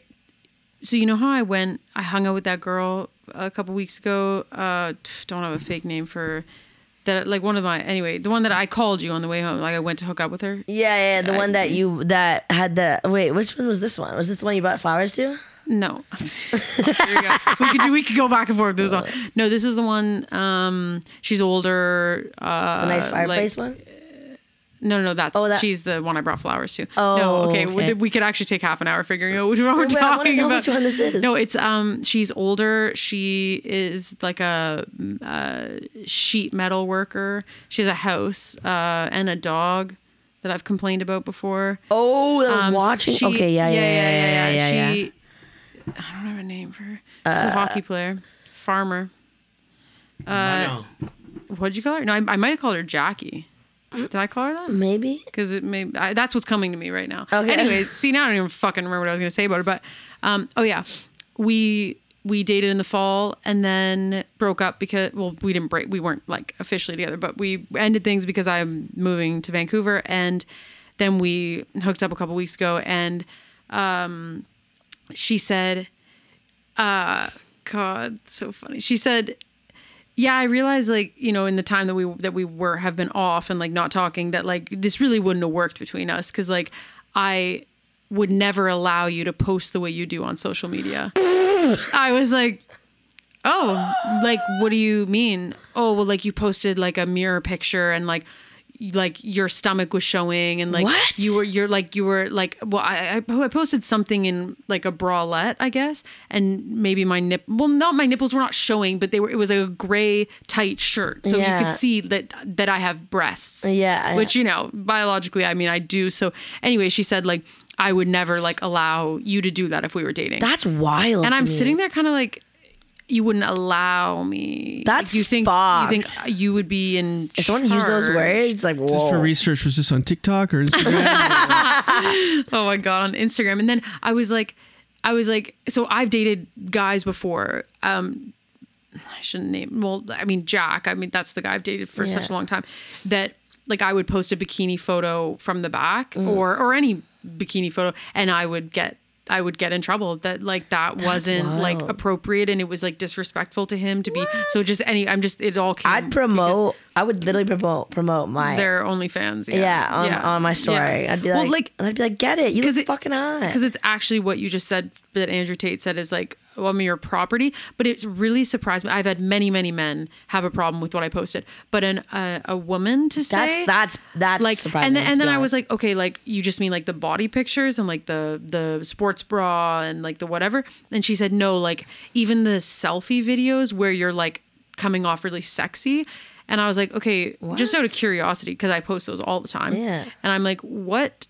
[SPEAKER 1] so you know how I went, I hung out with that girl a couple weeks ago. Uh, don't have a fake name for her. that, like one of my anyway, the one that I called you on the way home. Like I went to hook up with her.
[SPEAKER 2] Yeah, yeah, the one that you that had the wait. Which one was this one? Was this the one you brought flowers to?
[SPEAKER 1] No. There you go. we could do, we could go back and forth. This one. No, this was the one. Um, she's older. Uh,
[SPEAKER 2] The nice
[SPEAKER 1] like-
[SPEAKER 2] fireplace one.
[SPEAKER 1] No, no, that's
[SPEAKER 2] Oh, that-
[SPEAKER 1] she's the one I brought flowers to. no,
[SPEAKER 2] Oh,
[SPEAKER 1] okay, we-
[SPEAKER 2] okay.
[SPEAKER 1] We could actually take half an hour figuring out which one we're
[SPEAKER 2] Wait, I wanna
[SPEAKER 1] talking
[SPEAKER 2] know
[SPEAKER 1] about.
[SPEAKER 2] which one this is.
[SPEAKER 1] No, it's um, she's older. She is like a, uh sheet metal worker. She has a house uh, and a dog that I've complained about before.
[SPEAKER 2] Oh, that was
[SPEAKER 1] Um,
[SPEAKER 2] watching.
[SPEAKER 1] she-
[SPEAKER 2] okay, yeah, yeah, yeah, yeah, yeah, yeah. yeah, Uh,
[SPEAKER 1] She, I don't have a name for her. She's a hockey player, farmer. Uh, What'd you call her? No, I, I might have called her Jackie.
[SPEAKER 2] Mm.
[SPEAKER 1] Did I call her that?
[SPEAKER 2] Maybe.
[SPEAKER 1] because it may I, that's what's coming to me right now.
[SPEAKER 2] Okay.
[SPEAKER 1] Anyways, see now I don't even fucking remember what I was gonna say about it, but um, oh yeah, we we dated in the fall and then broke up because well we didn't break we weren't like officially together, but we ended things because I'm moving to Vancouver and then we hooked up a couple weeks ago and um, she said, uh, God, so funny. She said yeah i realized like you know in the time that we that we were have been off and like not talking that like this really wouldn't have worked between us because like i would never allow you to post the way you do on social media i was like oh like what do you mean oh well like you posted like a mirror picture and like like your stomach was showing and like
[SPEAKER 2] What?
[SPEAKER 1] you were you're like you were like well I, I I posted something in like a bralette I guess and maybe my nip well not my nipples were not showing but they were it was a gray tight shirt so you
[SPEAKER 2] Yeah.
[SPEAKER 1] could see that that I have breasts
[SPEAKER 2] Yeah,
[SPEAKER 1] which you know biologically I mean I do so anyway she said like I would never like allow you to do that if we were dating
[SPEAKER 2] That's wild.
[SPEAKER 1] and
[SPEAKER 2] to
[SPEAKER 1] I'm
[SPEAKER 2] me.
[SPEAKER 1] sitting there kind of like you wouldn't allow me
[SPEAKER 2] That's
[SPEAKER 1] you think
[SPEAKER 2] fucked.
[SPEAKER 1] you think you would be in
[SPEAKER 2] If someone used those
[SPEAKER 1] charge.
[SPEAKER 2] words, like whoa.
[SPEAKER 3] Just for research, was this on TikTok or Instagram?
[SPEAKER 1] oh my god on instagram and then i was like i was like so i've dated guys before um i shouldn't name well i mean jack i mean that's the guy i've dated for such a
[SPEAKER 2] Yeah.
[SPEAKER 1] long time that like i would post a bikini photo from the back
[SPEAKER 2] Mm.
[SPEAKER 1] or or any bikini photo and i would get I would get in trouble that like that wasn't like
[SPEAKER 2] wild.
[SPEAKER 1] appropriate and it was like disrespectful to him to be so just any I'm just it all came
[SPEAKER 2] I'd promote. I would literally promote promote my
[SPEAKER 1] their OnlyFans yeah
[SPEAKER 2] yeah on, on my
[SPEAKER 1] Yeah.
[SPEAKER 2] story. I'd be like,
[SPEAKER 1] Well, like
[SPEAKER 2] I'd be like, get it. You
[SPEAKER 1] 'Cause
[SPEAKER 2] look
[SPEAKER 1] it-
[SPEAKER 2] fucking hot.
[SPEAKER 1] because it's actually what you just said that Andrew Tate said is like, well, I mean, your property, but it's really surprised me. I've had many, many men have a problem with what I posted, but an uh, a woman to
[SPEAKER 2] that's
[SPEAKER 1] say
[SPEAKER 2] that's that's
[SPEAKER 1] like,
[SPEAKER 2] surprising.
[SPEAKER 1] and then,
[SPEAKER 2] to
[SPEAKER 1] and then
[SPEAKER 2] be
[SPEAKER 1] I
[SPEAKER 2] honest.
[SPEAKER 1] was like, okay, like you just mean like the body pictures and like the the sports bra and like the whatever. And she said no, like even the selfie videos where you're like coming off really sexy. And I was like, okay, just out of curiosity because I post those all the time.
[SPEAKER 2] Yeah.
[SPEAKER 1] And I'm like, what?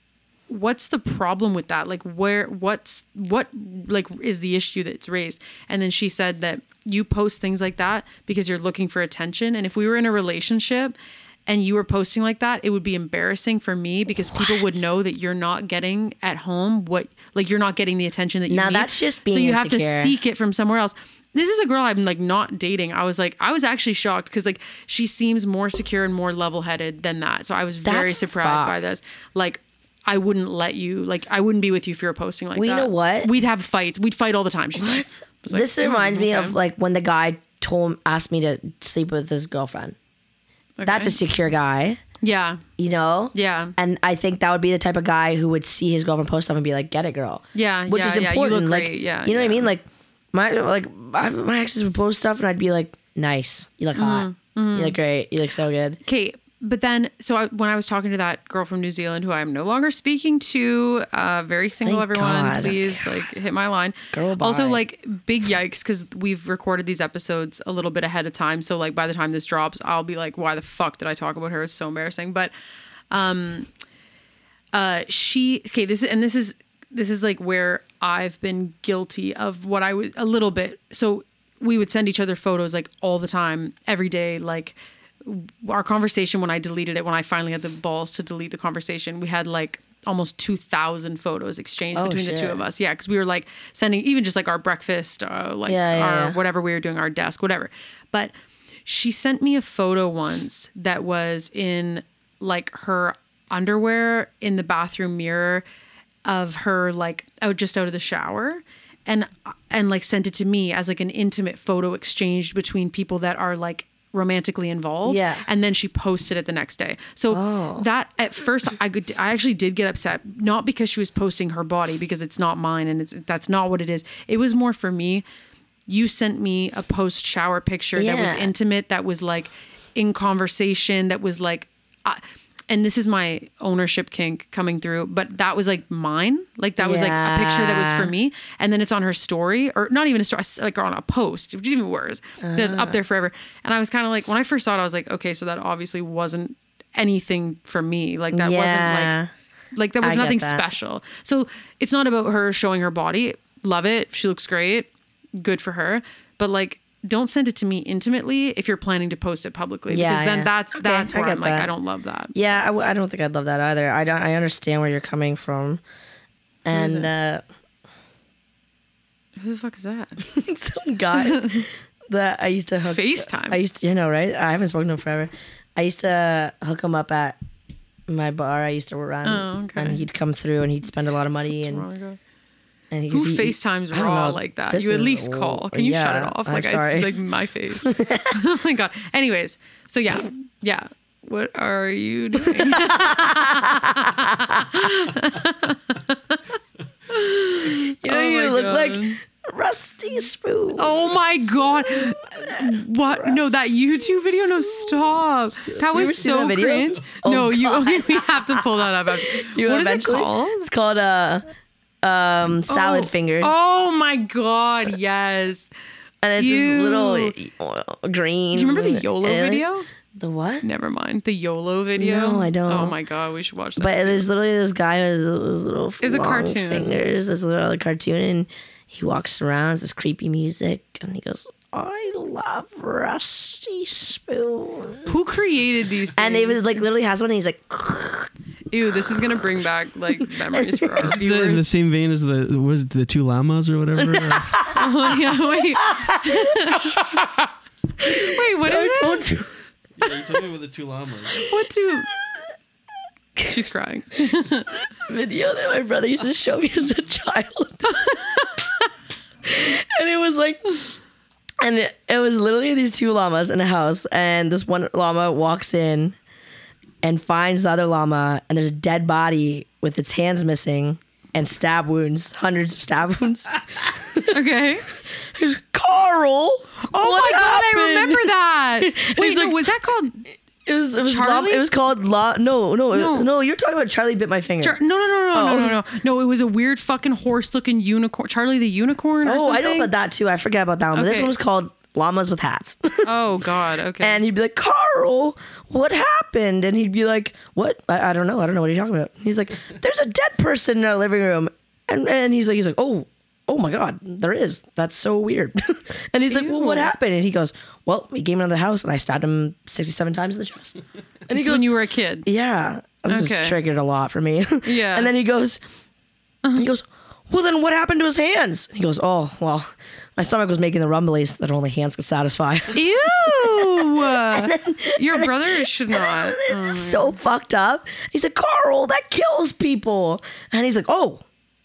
[SPEAKER 1] What's the problem with that? Like, where? What's what? Like, is the issue that's raised? And then she said that you post things like that because you're looking for attention. And if we were in a relationship, and you were posting like that, it would be embarrassing for me because people would know that you're not getting at home what like you're not getting the attention that you
[SPEAKER 2] Now
[SPEAKER 1] need.
[SPEAKER 2] that's just
[SPEAKER 1] so
[SPEAKER 2] being
[SPEAKER 1] you have
[SPEAKER 2] insecure.
[SPEAKER 1] to seek it from somewhere else. This is a girl I'm like not dating. I was like I was actually shocked because like she seems more secure and more level headed than that. So I was very
[SPEAKER 2] That's
[SPEAKER 1] surprised by this.
[SPEAKER 2] fucked.
[SPEAKER 1] Like I wouldn't let you like I wouldn't be with you if you were posting like
[SPEAKER 2] Well,
[SPEAKER 1] that.
[SPEAKER 2] you know what?
[SPEAKER 1] We'd have fights. We'd fight all the time. She's like-
[SPEAKER 2] What?
[SPEAKER 1] I was like, "Hmm,
[SPEAKER 2] this reminds me
[SPEAKER 1] okay.
[SPEAKER 2] of like when the guy told asked me to sleep with his girlfriend. That's
[SPEAKER 1] Okay.
[SPEAKER 2] a secure guy,
[SPEAKER 1] yeah,
[SPEAKER 2] you know.
[SPEAKER 1] yeah.
[SPEAKER 2] And I think that would be the type of guy who would see his girlfriend post stuff and be like, "Get it, girl."
[SPEAKER 1] Yeah,
[SPEAKER 2] which
[SPEAKER 1] yeah,
[SPEAKER 2] is
[SPEAKER 1] yeah, you
[SPEAKER 2] important.
[SPEAKER 1] look
[SPEAKER 2] like,
[SPEAKER 1] great, yeah,
[SPEAKER 2] you know
[SPEAKER 1] yeah.
[SPEAKER 2] what I mean? Like my like my, my exes would post stuff, and I'd be like, "Nice, you look
[SPEAKER 1] Mm-hmm.
[SPEAKER 2] hot, you look great, you look so good."
[SPEAKER 1] Okay, but then so I, when I was talking to that girl from New Zealand who I'm no longer speaking to, uh, very single
[SPEAKER 2] Thank
[SPEAKER 1] everyone,
[SPEAKER 2] God.
[SPEAKER 1] please like hit my line.
[SPEAKER 2] Girl,
[SPEAKER 1] also
[SPEAKER 2] bye.
[SPEAKER 1] like big yikes because we've recorded these episodes a little bit ahead of time, so like by the time this drops, I'll be like, why the fuck did I talk about her? It's so embarrassing. But um, uh, she okay this is and this is this is like where i've been guilty of what i was a little bit so we would send each other photos like all the time every day like w- our conversation when i deleted it when i finally had the balls to delete the conversation we had like almost 2000 photos exchanged
[SPEAKER 2] Oh,
[SPEAKER 1] between the two
[SPEAKER 2] shit.
[SPEAKER 1] of us yeah because we were like sending even just like our breakfast uh, like
[SPEAKER 2] Yeah, yeah,
[SPEAKER 1] our
[SPEAKER 2] yeah.
[SPEAKER 1] whatever we were doing our desk whatever but she sent me a photo once that was in like her underwear in the bathroom mirror of her like out just out of the shower and and like sent it to me as like an intimate photo exchanged between people that are like romantically involved
[SPEAKER 2] Yeah.
[SPEAKER 1] and then she posted it the next day so that at first i could i actually did get upset not because she was posting her body because it's not mine and it's that's not what it is it was more for me you sent me a post shower picture that was
[SPEAKER 2] Yeah.
[SPEAKER 1] intimate that was like in conversation that was like I, and this is my ownership kink coming through but that was like mine like that was like a picture that was
[SPEAKER 2] Yeah.
[SPEAKER 1] for me and then it's on her story or not even a story like on a post which is even worse that's
[SPEAKER 2] Ah.
[SPEAKER 1] up there forever and i was kind of like when i first saw it i was like okay so that obviously wasn't anything for me like that wasn't
[SPEAKER 2] Yeah.
[SPEAKER 1] like like there was
[SPEAKER 2] I get
[SPEAKER 1] nothing
[SPEAKER 2] that.
[SPEAKER 1] special. So it's not about her showing her body. Love it. She looks great. Good for her. But like don't send it to me intimately if you're planning to post it publicly
[SPEAKER 2] Yeah,
[SPEAKER 1] because then
[SPEAKER 2] yeah.
[SPEAKER 1] that's
[SPEAKER 2] Okay,
[SPEAKER 1] that's
[SPEAKER 2] I
[SPEAKER 1] where
[SPEAKER 2] get
[SPEAKER 1] I'm like
[SPEAKER 2] that.
[SPEAKER 1] I don't love that.
[SPEAKER 2] Yeah, I, w- I don't think I'd love that either. I don't. I understand where you're coming from, and uh,
[SPEAKER 1] Who the fuck is that?
[SPEAKER 2] some guy that I used to hook
[SPEAKER 1] FaceTime.
[SPEAKER 2] I used to, you know, right? I haven't spoken to him forever. I used to hook him up at my bar. I used to run,
[SPEAKER 1] Oh, okay.
[SPEAKER 2] and he'd come through and he'd spend a lot of money and and he,
[SPEAKER 1] Who
[SPEAKER 2] he-
[SPEAKER 1] FaceTimes
[SPEAKER 2] I don't
[SPEAKER 1] raw
[SPEAKER 2] know.
[SPEAKER 1] like that?
[SPEAKER 2] This
[SPEAKER 1] you at
[SPEAKER 2] is
[SPEAKER 1] least
[SPEAKER 2] old.
[SPEAKER 1] call. Can you shut
[SPEAKER 2] Yeah,
[SPEAKER 1] it off?
[SPEAKER 2] I'm
[SPEAKER 1] Like
[SPEAKER 2] sorry.
[SPEAKER 1] it's like my face. oh my god. Anyways, so yeah, yeah. What are you doing?
[SPEAKER 2] you know,
[SPEAKER 1] Oh
[SPEAKER 2] you
[SPEAKER 1] my
[SPEAKER 2] look
[SPEAKER 1] God.
[SPEAKER 2] like rusty spoon.
[SPEAKER 1] oh my god. What? No, that YouTube video. No, stop. That
[SPEAKER 2] You ever
[SPEAKER 1] was
[SPEAKER 2] seen that
[SPEAKER 1] so
[SPEAKER 2] video?
[SPEAKER 1] cringe.
[SPEAKER 2] Oh,
[SPEAKER 1] no, you. Okay, we have to pull that up. after-
[SPEAKER 2] You
[SPEAKER 1] what is it
[SPEAKER 2] eventually-
[SPEAKER 1] called?
[SPEAKER 2] It's called uh, um, salad
[SPEAKER 1] Oh.
[SPEAKER 2] fingers,
[SPEAKER 1] Oh my god, yes.
[SPEAKER 2] and it's
[SPEAKER 1] ew.
[SPEAKER 2] this little uh, green.
[SPEAKER 1] Do you remember the YOLO
[SPEAKER 2] alien.
[SPEAKER 1] video?
[SPEAKER 2] The what?
[SPEAKER 1] Never mind. The YOLO video.
[SPEAKER 2] No, I don't.
[SPEAKER 1] Oh my god, we should watch that.
[SPEAKER 2] But
[SPEAKER 1] too.
[SPEAKER 2] there's literally this guy with his little
[SPEAKER 1] was a
[SPEAKER 2] long
[SPEAKER 1] cartoon.
[SPEAKER 2] fingers, this little cartoon, and he walks around. It's this creepy music, and he goes, "I love rusty spoon."
[SPEAKER 1] who created these? Things?
[SPEAKER 2] And it was like literally has one, and he's like,
[SPEAKER 1] ew. This is gonna bring back like memories for our
[SPEAKER 3] The- in the
[SPEAKER 1] viewers.
[SPEAKER 3] same vein as the was it the two llamas or whatever. Uh,
[SPEAKER 1] oh, yeah, wait. wait, what is that?
[SPEAKER 2] you.
[SPEAKER 3] the two llamas.
[SPEAKER 1] What do? She's crying.
[SPEAKER 2] video that my brother used to show me as a child. and it was like and it, it was literally these two llamas in a house and this one llama walks in and finds the other llama and there's a dead body with its hands missing and stab wounds, hundreds of stab wounds.
[SPEAKER 1] Okay.
[SPEAKER 2] He's, Carl. Oh
[SPEAKER 1] oh my god, I remember that. Wait,
[SPEAKER 2] He's
[SPEAKER 1] no,
[SPEAKER 2] like-
[SPEAKER 1] was that called?
[SPEAKER 2] It was it was llama, it
[SPEAKER 1] Charlie's?
[SPEAKER 2] was called La No, no, it-
[SPEAKER 1] No.
[SPEAKER 2] no, you're talking about Charlie bit my finger.
[SPEAKER 1] Char- no, no, no, no,
[SPEAKER 2] Oh.
[SPEAKER 1] no, no, no, no. It was a weird fucking horse-looking unicorn, Charlie the Unicorn, or
[SPEAKER 2] oh,
[SPEAKER 1] something.
[SPEAKER 2] I know about that too. I forget about that one. But this
[SPEAKER 1] Okay.
[SPEAKER 2] one was called Llamas with Hats.
[SPEAKER 1] Oh God, okay.
[SPEAKER 2] and he'd be like, Carl, what happened? And he'd be like, What? I, I don't know. I don't know what you're talking about. He's like, There's a dead person in our living room. And and he's like, he's like, Oh, oh my God, there is. That's so weird. and he's like, Well, what
[SPEAKER 1] Ew.
[SPEAKER 2] happened? And he goes, Well, we came out of the house and I stabbed him sixty seven times in the chest. And
[SPEAKER 1] this
[SPEAKER 2] he
[SPEAKER 1] is when
[SPEAKER 2] goes,
[SPEAKER 1] you were a kid.
[SPEAKER 2] Yeah. This is
[SPEAKER 1] Okay.
[SPEAKER 2] triggered a lot for me.
[SPEAKER 1] Yeah. Uh-huh.
[SPEAKER 2] And then he goes, he goes, well, then what happened to his hands? He goes, oh, well, my stomach was making the rumblies that only hands could satisfy.
[SPEAKER 1] Ew! Your brother should not.
[SPEAKER 2] It's
[SPEAKER 1] Mm.
[SPEAKER 2] so fucked up. He's like, Carl, that kills people. And he's like, oh,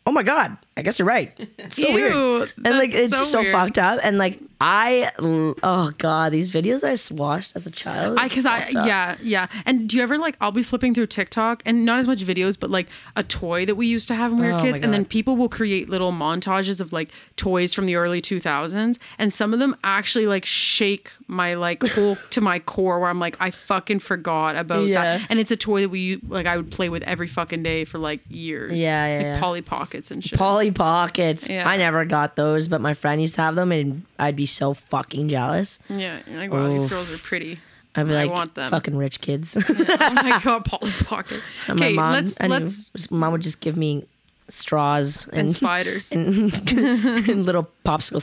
[SPEAKER 2] oh my God. I guess you're right. It's so
[SPEAKER 1] Ew,
[SPEAKER 2] weird. And like,
[SPEAKER 1] that's
[SPEAKER 2] it's
[SPEAKER 1] so
[SPEAKER 2] just so
[SPEAKER 1] weird.
[SPEAKER 2] fucked up. And like, I, l- oh God, these videos that I s- watched as a child.
[SPEAKER 1] I because I
[SPEAKER 2] fucked up.
[SPEAKER 1] yeah yeah. And do you ever like I'll be flipping through TikTok and not as much videos, but like a toy that we used to have when we
[SPEAKER 2] Oh
[SPEAKER 1] were
[SPEAKER 2] my
[SPEAKER 1] kids, and then
[SPEAKER 2] God.
[SPEAKER 1] people will create little montages of like toys from the early two thousands, and some of them actually like shake my like whole to my core where I'm like I fucking forgot about
[SPEAKER 2] Yeah.
[SPEAKER 1] that, and it's a toy that we like I would play with every fucking day for like years.
[SPEAKER 2] Yeah, yeah,
[SPEAKER 1] like
[SPEAKER 2] yeah.
[SPEAKER 1] Polly Pockets and shit.
[SPEAKER 2] Polly Pockets.
[SPEAKER 1] Yeah.
[SPEAKER 2] I never got those, but my friend used to have them and I'd be so fucking jealous.
[SPEAKER 1] yeah, you're like wow, these girls are pretty.
[SPEAKER 2] I'd be
[SPEAKER 1] I
[SPEAKER 2] like,
[SPEAKER 1] want them.
[SPEAKER 2] fucking rich kids.
[SPEAKER 1] oh my god, Polly Pocket.
[SPEAKER 2] And my
[SPEAKER 1] Okay,
[SPEAKER 2] mom,
[SPEAKER 1] let's
[SPEAKER 2] and
[SPEAKER 1] let's
[SPEAKER 2] mom would just give me straws and,
[SPEAKER 1] and spiders.
[SPEAKER 2] and little popsicle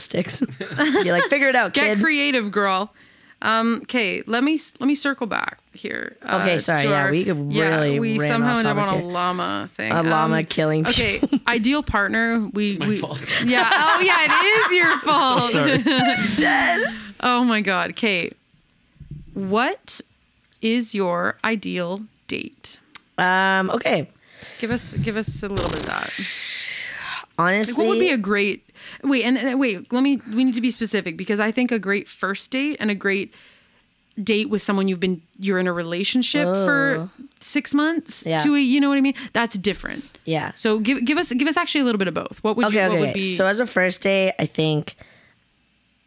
[SPEAKER 2] sticks. Be like, figure it out,
[SPEAKER 1] Get
[SPEAKER 2] kid.
[SPEAKER 1] creative, girl. Um, okay, let me let me circle back here. uh,
[SPEAKER 2] Okay, sorry,
[SPEAKER 1] to
[SPEAKER 2] yeah,
[SPEAKER 1] our-
[SPEAKER 2] we could really
[SPEAKER 1] we
[SPEAKER 2] ran
[SPEAKER 1] somehow
[SPEAKER 2] off
[SPEAKER 1] ended up
[SPEAKER 2] topic
[SPEAKER 1] on a
[SPEAKER 2] here.
[SPEAKER 1] llama thing. Um,
[SPEAKER 2] A llama killing
[SPEAKER 1] Okay, ideal partner. We
[SPEAKER 3] my
[SPEAKER 1] we
[SPEAKER 3] fault.
[SPEAKER 1] yeah. Oh yeah, it is your fault.
[SPEAKER 3] Sorry.
[SPEAKER 1] oh my god, Kate. What is your ideal date?
[SPEAKER 2] Um, okay.
[SPEAKER 1] Give us give us a little bit of that.
[SPEAKER 2] Honestly,
[SPEAKER 1] Like, what would be a great wait? And, and wait, let me. We need to be specific because I think a great first date and a great date with someone you've been you're in a relationship for six months
[SPEAKER 2] Oh. Yeah.
[SPEAKER 1] to a you know what I mean. That's different.
[SPEAKER 2] yeah.
[SPEAKER 1] So give give us give us actually a little bit of both. What would you?
[SPEAKER 2] okay,
[SPEAKER 1] what
[SPEAKER 2] okay.
[SPEAKER 1] would be?
[SPEAKER 2] So as a first day, I think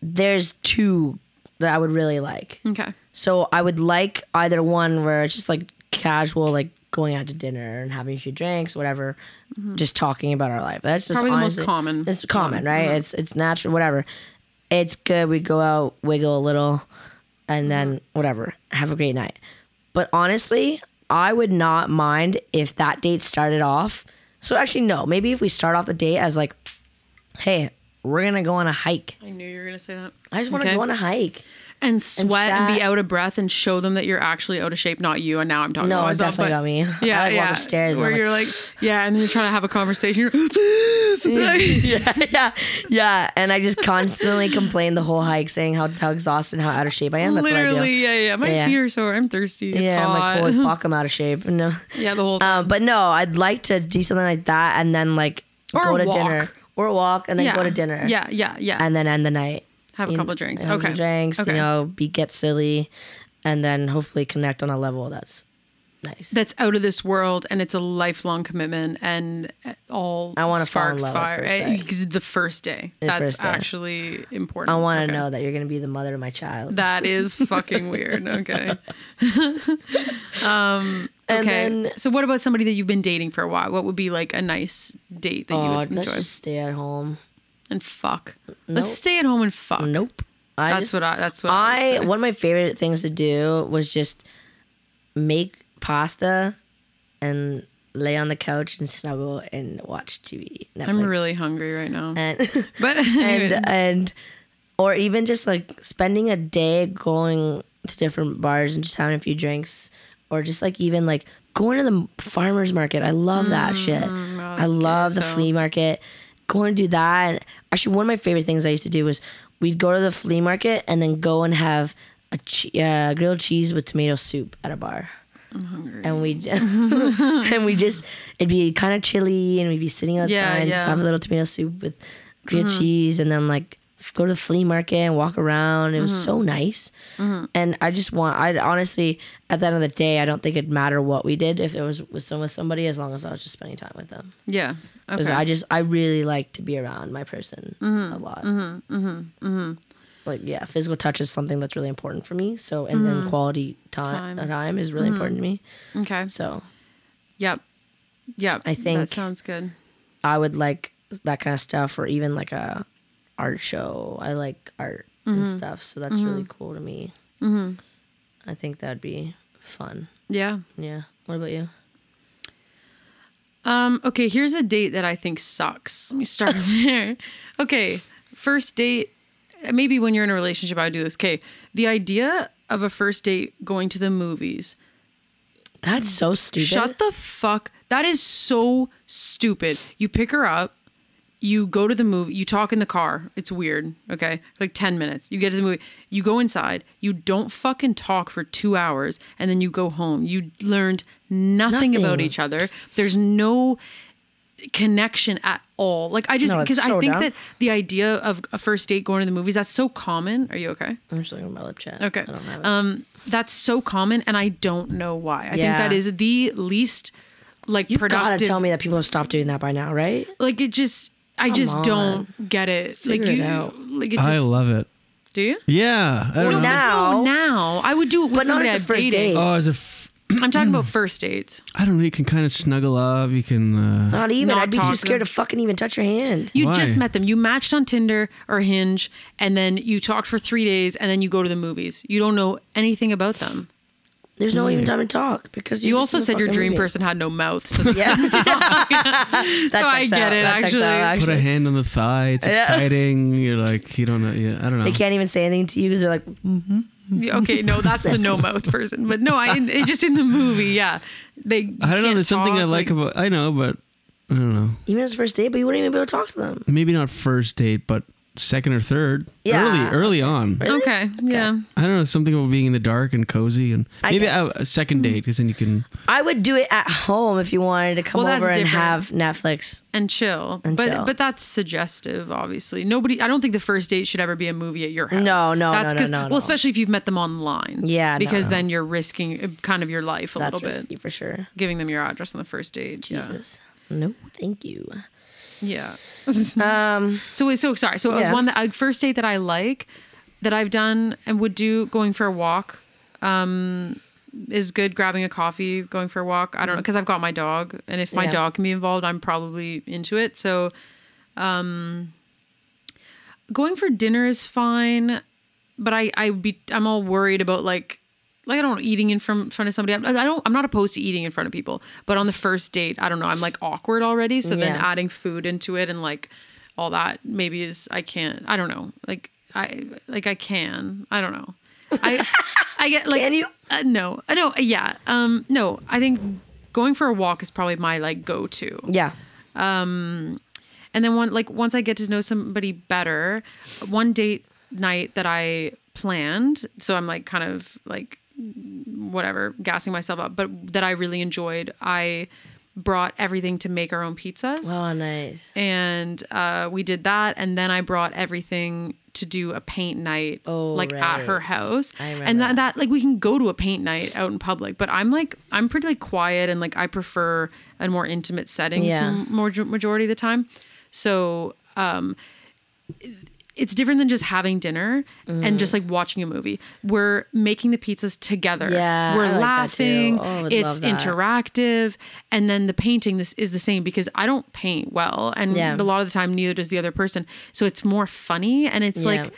[SPEAKER 2] there's two that I would really like.
[SPEAKER 1] okay.
[SPEAKER 2] So I would like either one where it's just like casual, like going out to dinner and having a few drinks, whatever, just talking about our life. That's just
[SPEAKER 1] Mm-hmm. Probably the most
[SPEAKER 2] honestly-
[SPEAKER 1] common. Mm-hmm.
[SPEAKER 2] It's common, right? It's it's natural, whatever. It's good. We go out, wiggle a little, and
[SPEAKER 1] Mm-hmm.
[SPEAKER 2] then whatever, have a great night. But honestly, I would not mind if that date started off. So actually, no. Maybe if we start off the date as like, hey, we're gonna go on a hike.
[SPEAKER 1] I knew you were gonna say that.
[SPEAKER 2] I just want to
[SPEAKER 1] Okay.
[SPEAKER 2] go on a hike.
[SPEAKER 1] and sweat and, be
[SPEAKER 2] chat.
[SPEAKER 1] out of breath and show them that you're actually out of shape, not you. And now I'm talking
[SPEAKER 2] No,
[SPEAKER 1] about
[SPEAKER 2] it
[SPEAKER 1] myself.
[SPEAKER 2] definitely
[SPEAKER 1] but-
[SPEAKER 2] got me. I,
[SPEAKER 1] Yeah,
[SPEAKER 2] like, walk
[SPEAKER 1] yeah.
[SPEAKER 2] upstairs and
[SPEAKER 1] where
[SPEAKER 2] I'm like-
[SPEAKER 1] you're like, yeah, and then you're trying to have a conversation. You're
[SPEAKER 2] yeah, yeah, yeah. And I just constantly complain the whole hike, saying how how exhausted, and how out of shape I am. That's what I do.
[SPEAKER 1] Literally, yeah, yeah. My
[SPEAKER 2] Yeah.
[SPEAKER 1] feet are sore. I'm thirsty. It's
[SPEAKER 2] yeah,
[SPEAKER 1] hot.
[SPEAKER 2] I'm like, holy fuck, I'm out of shape. No,
[SPEAKER 1] yeah, the whole time.
[SPEAKER 2] um, but no, I'd like to do something like that, and then like
[SPEAKER 1] Or
[SPEAKER 2] go
[SPEAKER 1] a
[SPEAKER 2] to
[SPEAKER 1] walk.
[SPEAKER 2] dinner or walk, and then
[SPEAKER 1] yeah.
[SPEAKER 2] go to dinner.
[SPEAKER 1] Yeah, yeah, yeah.
[SPEAKER 2] and then end the night.
[SPEAKER 1] Have a
[SPEAKER 2] You-
[SPEAKER 1] couple of drinks.
[SPEAKER 2] Have a few
[SPEAKER 1] Okay.
[SPEAKER 2] drinks.
[SPEAKER 1] Okay.
[SPEAKER 2] You know, be get silly, and then hopefully connect on a level that's Nice.
[SPEAKER 1] that's out of this world and it's a lifelong commitment and all
[SPEAKER 2] I wanna fall in
[SPEAKER 1] sparks
[SPEAKER 2] love at
[SPEAKER 1] fire
[SPEAKER 2] first
[SPEAKER 1] Eh,
[SPEAKER 2] sight.
[SPEAKER 1] because the first day
[SPEAKER 2] The
[SPEAKER 1] that's
[SPEAKER 2] first day.
[SPEAKER 1] actually important
[SPEAKER 2] I want to
[SPEAKER 1] Okay.
[SPEAKER 2] know that you're going to be the mother of my child.
[SPEAKER 1] that is fucking weird okay um
[SPEAKER 2] And
[SPEAKER 1] okay
[SPEAKER 2] then-
[SPEAKER 1] so what about somebody that you've been dating for a while what would be like a nice date that you
[SPEAKER 2] oh,
[SPEAKER 1] would
[SPEAKER 2] let's
[SPEAKER 1] enjoy
[SPEAKER 2] just stay at home.
[SPEAKER 1] and fuck
[SPEAKER 2] Nope.
[SPEAKER 1] let's stay at home and fuck
[SPEAKER 2] Nope. I
[SPEAKER 1] that's
[SPEAKER 2] just-
[SPEAKER 1] what i that's what I,
[SPEAKER 2] I
[SPEAKER 1] would say.
[SPEAKER 2] one of my favorite things to do was just make pasta and lay on the couch and snuggle and watch TV. Netflix.
[SPEAKER 1] i'm really hungry right now
[SPEAKER 2] and
[SPEAKER 1] but
[SPEAKER 2] and
[SPEAKER 1] anyway,
[SPEAKER 2] and or even just like spending a day going to different bars and just having a few drinks or just like even like going to the farmers market i love that shit i love the
[SPEAKER 1] so-
[SPEAKER 2] flea market going to do that actually one of my favorite things i used to do was we'd go to the flea market and then go and have a che- uh, grilled cheese with tomato soup at a bar and we j- Mm. and we just it'd be kind of chilly and we'd be sitting outside
[SPEAKER 1] Yeah,
[SPEAKER 2] and just
[SPEAKER 1] yeah.
[SPEAKER 2] have a little tomato soup with grilled cheese and then like f- go to the flea market and walk around it was so nice and i just want i honestly at the end of the day i don't think it'd matter what we did if it was with some with somebody as long as i was just spending time with them
[SPEAKER 1] yeah
[SPEAKER 2] because
[SPEAKER 1] okay.
[SPEAKER 2] i just i really like to be around my person a lot mm-hmm, mm-hmm, mm-hmm. like yeah physical touch is something that's really important for me so and then quality Mm-hmm. time Mm-hmm.
[SPEAKER 1] Time.
[SPEAKER 2] time is really important to me
[SPEAKER 1] okay
[SPEAKER 2] so
[SPEAKER 1] Yep. Yep.
[SPEAKER 2] I think-
[SPEAKER 1] that sounds good.
[SPEAKER 2] I would like that kind of stuff, or even like a art show. I like art
[SPEAKER 1] Mm-hmm.
[SPEAKER 2] and stuff, so that's really cool to me. I think that'd be fun.
[SPEAKER 1] Yeah.
[SPEAKER 2] Yeah. What about you?
[SPEAKER 1] Um, okay, here's a date that I think sucks. Let me start there. Okay. First date, maybe when you're in a relationship, I would do this. Okay. The idea of a first date going to the movies.
[SPEAKER 2] That's so stupid.
[SPEAKER 1] Shut the fuck. That is so stupid. You pick her up, you go to the movie, you talk in the car. It's weird, okay? Like 10 minutes. You get to the movie, you go inside, you don't fucking talk for 2 hours and then you go home. You learned nothing,
[SPEAKER 2] Nothing.
[SPEAKER 1] about each other. There's no connection at all. Like I just
[SPEAKER 2] No, it's
[SPEAKER 1] because
[SPEAKER 2] so
[SPEAKER 1] I think
[SPEAKER 2] dumb.
[SPEAKER 1] that the idea of a first date going to the movies that's so common. Are you okay?
[SPEAKER 2] I'm just looking at my lip chat.
[SPEAKER 1] Okay.
[SPEAKER 2] I don't have it.
[SPEAKER 1] Um, that's so common, and I don't know why. I think
[SPEAKER 2] Yeah.
[SPEAKER 1] that is the least like
[SPEAKER 2] You've got to
[SPEAKER 1] productive.
[SPEAKER 2] tell me that people have stopped doing that by now, right?
[SPEAKER 1] Like it just, I just don't get it.
[SPEAKER 2] Figure
[SPEAKER 1] like
[SPEAKER 2] it
[SPEAKER 1] you,
[SPEAKER 2] out.
[SPEAKER 1] like it just.
[SPEAKER 3] I love it.
[SPEAKER 1] do you?
[SPEAKER 3] Yeah. I don't know.
[SPEAKER 2] now,
[SPEAKER 1] Oh, now I would do it with
[SPEAKER 2] But not
[SPEAKER 1] somebody
[SPEAKER 2] as a
[SPEAKER 1] I'm
[SPEAKER 2] first
[SPEAKER 1] dating.
[SPEAKER 2] date.
[SPEAKER 3] Oh, as a f-
[SPEAKER 1] I'm talking about first dates.
[SPEAKER 3] I don't know. You can kind of snuggle up. You can. Uh,
[SPEAKER 2] not even.
[SPEAKER 1] Not
[SPEAKER 2] I'd be too
[SPEAKER 1] talking.
[SPEAKER 2] scared to fucking even touch your hand.
[SPEAKER 1] You
[SPEAKER 3] Why?
[SPEAKER 1] just met them. You matched on Tinder or Hinge, and then you talked for three days, and then you go to the movies. You don't know anything about them.
[SPEAKER 2] There's no even time to talk because
[SPEAKER 1] You
[SPEAKER 2] you're just
[SPEAKER 1] also
[SPEAKER 2] in the
[SPEAKER 1] said your
[SPEAKER 2] fucking
[SPEAKER 1] dream
[SPEAKER 2] movie.
[SPEAKER 1] person had no mouth, so
[SPEAKER 2] Yeah.
[SPEAKER 1] So I get it, actually.
[SPEAKER 3] put a hand on the thigh. It's
[SPEAKER 2] Yeah.
[SPEAKER 3] exciting. You're like you don't know. Yeah, I don't know.
[SPEAKER 2] They can't even say anything to you because they're like,
[SPEAKER 1] Yeah, okay, no, that's the no mouth person. But no, I in, it, just in the movie, yeah. They you
[SPEAKER 3] I don't know.
[SPEAKER 1] can't
[SPEAKER 3] There's something I
[SPEAKER 1] talk,
[SPEAKER 3] like about. I know, but I don't know.
[SPEAKER 2] even as first date, but you wouldn't even be able to talk to them.
[SPEAKER 3] Maybe not first date, but second or third.
[SPEAKER 2] Yeah.
[SPEAKER 3] Early, early on.
[SPEAKER 1] Okay, yeah.
[SPEAKER 3] I don't know. Something about being in the dark and cozy, and
[SPEAKER 2] I
[SPEAKER 3] maybe
[SPEAKER 2] guess. Hmm.
[SPEAKER 3] a, a second date because then you can.
[SPEAKER 2] I would do it at home if you wanted to come
[SPEAKER 1] Well, that's
[SPEAKER 2] over and
[SPEAKER 1] different.
[SPEAKER 2] have Netflix.
[SPEAKER 1] And chill.
[SPEAKER 2] And
[SPEAKER 1] but
[SPEAKER 2] chill.
[SPEAKER 1] but that's suggestive, obviously. Nobody I don't think the first date should ever be a movie at your house.
[SPEAKER 2] No, no,
[SPEAKER 1] that's
[SPEAKER 2] no, no,
[SPEAKER 1] 'cause-
[SPEAKER 2] no, no.
[SPEAKER 1] Well, especially if you've met them online.
[SPEAKER 2] Yeah, no,
[SPEAKER 1] Because
[SPEAKER 2] no.
[SPEAKER 1] then you're risking uh, kind of your life a
[SPEAKER 2] That's
[SPEAKER 1] little
[SPEAKER 2] risky
[SPEAKER 1] bit.
[SPEAKER 2] for sure.
[SPEAKER 1] Giving them your address on the first date.
[SPEAKER 2] Jesus. No, thank you.
[SPEAKER 1] Yeah. yeah.
[SPEAKER 2] Um,
[SPEAKER 1] so wait, so sorry. So uh,
[SPEAKER 2] Yeah.
[SPEAKER 1] one that I, first date that I like that I've done and would do going for a walk um, is good grabbing a coffee, going for a walk. I don't know because I've got my dog, and if my
[SPEAKER 2] Mm-hmm. Yeah.
[SPEAKER 1] dog can be involved, I'm probably into it. So, um, going for dinner is fine, but I I be I'm all worried about like like I don't know, eating in from front of somebody. I, I don't I'm not opposed to eating in front of people, but on the first date, I don't know. I'm like awkward already, so then
[SPEAKER 2] Yeah.
[SPEAKER 1] adding food into it and like all that maybe is I can't. I don't know. Like I like I can. I don't know. I I get like
[SPEAKER 2] Can you?
[SPEAKER 1] uh, no, uh, no, uh, yeah, um, no. I think going for a walk is probably my like go to,
[SPEAKER 2] yeah.
[SPEAKER 1] and then one like once I get to know somebody better, one date night that I planned, so I'm like kind of like whatever gassing myself up, but that I really enjoyed. I brought everything to make our own pizzas
[SPEAKER 2] Oh, nice.
[SPEAKER 1] and uh, we did that and then i brought everything to do a paint night
[SPEAKER 2] Oh,
[SPEAKER 1] like at her
[SPEAKER 2] right.
[SPEAKER 1] house.
[SPEAKER 2] I remember
[SPEAKER 1] and that, that like we can go to a paint night out in public, but I'm like I'm pretty like quiet and like I prefer a more intimate settings
[SPEAKER 2] Yeah.
[SPEAKER 1] m- more majority of the time. So um, it's different than just having dinner and
[SPEAKER 2] Mm.
[SPEAKER 1] just like watching a movie. We're making the pizzas together.
[SPEAKER 2] Yeah,
[SPEAKER 1] We're
[SPEAKER 2] I like that too.
[SPEAKER 1] laughing.
[SPEAKER 2] Oh, I would
[SPEAKER 1] it's
[SPEAKER 2] love that.
[SPEAKER 1] interactive. And then the painting this is the same because I don't paint well and
[SPEAKER 2] Yeah.
[SPEAKER 1] a lot of the time neither does the other person. So it's more funny and it's
[SPEAKER 2] Yeah.
[SPEAKER 1] like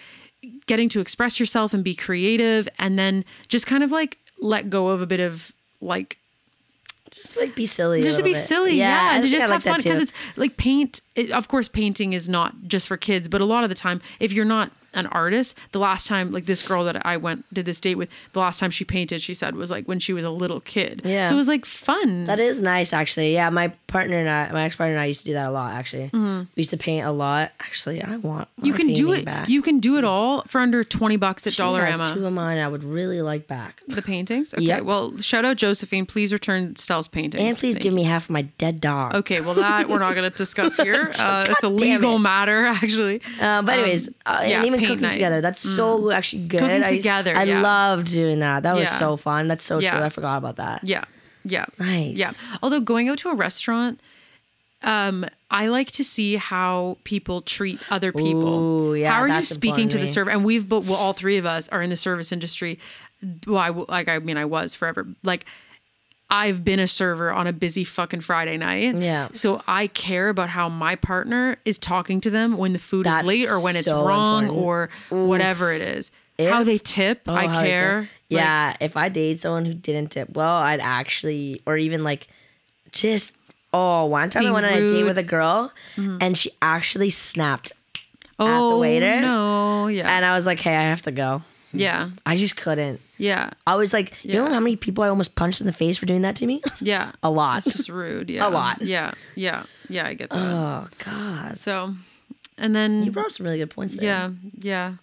[SPEAKER 1] getting to express yourself and be creative and then just kind of like let go of a bit of like
[SPEAKER 2] Just like be silly. a
[SPEAKER 1] just to be
[SPEAKER 2] little bit.
[SPEAKER 1] silly, yeah,
[SPEAKER 2] I
[SPEAKER 1] and to
[SPEAKER 2] think
[SPEAKER 1] just
[SPEAKER 2] I
[SPEAKER 1] have
[SPEAKER 2] like
[SPEAKER 1] fun
[SPEAKER 2] that
[SPEAKER 1] because
[SPEAKER 2] too.
[SPEAKER 1] it's like paint. It, of course, painting is not just for kids, but a lot of the time, if you're not an artist, the last time like this girl that I went did this date with, the last time she painted, she said was like when she was a little kid.
[SPEAKER 2] Yeah.
[SPEAKER 1] so it was like fun.
[SPEAKER 2] That is nice, actually. Yeah, my partner and I, my ex partner and I used to do that a lot, actually. We used to paint a lot. Actually, I want my
[SPEAKER 1] Mm-hmm. you can do
[SPEAKER 2] painting
[SPEAKER 1] it.
[SPEAKER 2] Back.
[SPEAKER 1] You can do it all for under twenty bucks at
[SPEAKER 2] She
[SPEAKER 1] Dollar
[SPEAKER 2] has
[SPEAKER 1] Emma.
[SPEAKER 2] Two of mine. I would really like back.
[SPEAKER 1] the paintings. Okay.
[SPEAKER 2] Yep.
[SPEAKER 1] Well, shout out Josephine. Please return Stell's paintings.
[SPEAKER 2] And please
[SPEAKER 1] Thank
[SPEAKER 2] give me half of my dead dog.
[SPEAKER 1] Okay, well that we're not going to discuss here. Uh, it's a legal matter, actually. Um,
[SPEAKER 2] Uh, but anyways, uh,
[SPEAKER 1] yeah,
[SPEAKER 2] and even
[SPEAKER 1] paint
[SPEAKER 2] cooking
[SPEAKER 1] night. Mm.
[SPEAKER 2] together. That's so actually good.
[SPEAKER 1] Cooking
[SPEAKER 2] I used-
[SPEAKER 1] together,
[SPEAKER 2] I
[SPEAKER 1] yeah.
[SPEAKER 2] loved doing that. That was
[SPEAKER 1] Yeah.
[SPEAKER 2] so fun. That's so
[SPEAKER 1] Yeah.
[SPEAKER 2] true. I forgot about that.
[SPEAKER 1] Yeah. Yeah.
[SPEAKER 2] Nice.
[SPEAKER 1] Yeah. Although going out to a restaurant, um, I like to see how people treat other people.
[SPEAKER 2] Ooh, yeah,
[SPEAKER 1] how are you
[SPEAKER 2] that's
[SPEAKER 1] speaking
[SPEAKER 2] important
[SPEAKER 1] to
[SPEAKER 2] to
[SPEAKER 1] the
[SPEAKER 2] me.
[SPEAKER 1] server? And we've, but well, all three of us are in the service industry. Well, I, w- like, I mean, I was forever. Like, I've been a server on a busy fucking Friday night.
[SPEAKER 2] Yeah.
[SPEAKER 1] So I care about how my partner is talking to them when the food
[SPEAKER 2] That's
[SPEAKER 1] is late or when it's
[SPEAKER 2] so
[SPEAKER 1] wrong
[SPEAKER 2] important.
[SPEAKER 1] or whatever it is. how they tip,
[SPEAKER 2] Oh,
[SPEAKER 1] I
[SPEAKER 2] how they
[SPEAKER 1] care.
[SPEAKER 2] tip. yeah, if I dated someone who didn't tip well, I'd actually, or even like, just oh, one time
[SPEAKER 1] Being
[SPEAKER 2] I went on a date
[SPEAKER 1] rude. Mm-hmm.
[SPEAKER 2] with a girl, and she actually snapped,
[SPEAKER 1] Like,
[SPEAKER 2] the
[SPEAKER 1] oh,
[SPEAKER 2] waiter.
[SPEAKER 1] No. Yeah.
[SPEAKER 2] and I was like, hey, I have to go.
[SPEAKER 1] yeah.
[SPEAKER 2] I just couldn't.
[SPEAKER 1] Yeah.
[SPEAKER 2] I was like, you know
[SPEAKER 1] Yeah.
[SPEAKER 2] how many people I almost punched in the face for doing that to me?
[SPEAKER 1] Yeah.
[SPEAKER 2] a lot.
[SPEAKER 1] It's just rude. Yeah.
[SPEAKER 2] lot.
[SPEAKER 1] Yeah. Yeah. Yeah. I get that.
[SPEAKER 2] Oh God,
[SPEAKER 1] so, and
[SPEAKER 2] you
[SPEAKER 1] then,
[SPEAKER 2] brought up some really good points there.
[SPEAKER 1] yeah. Yeah.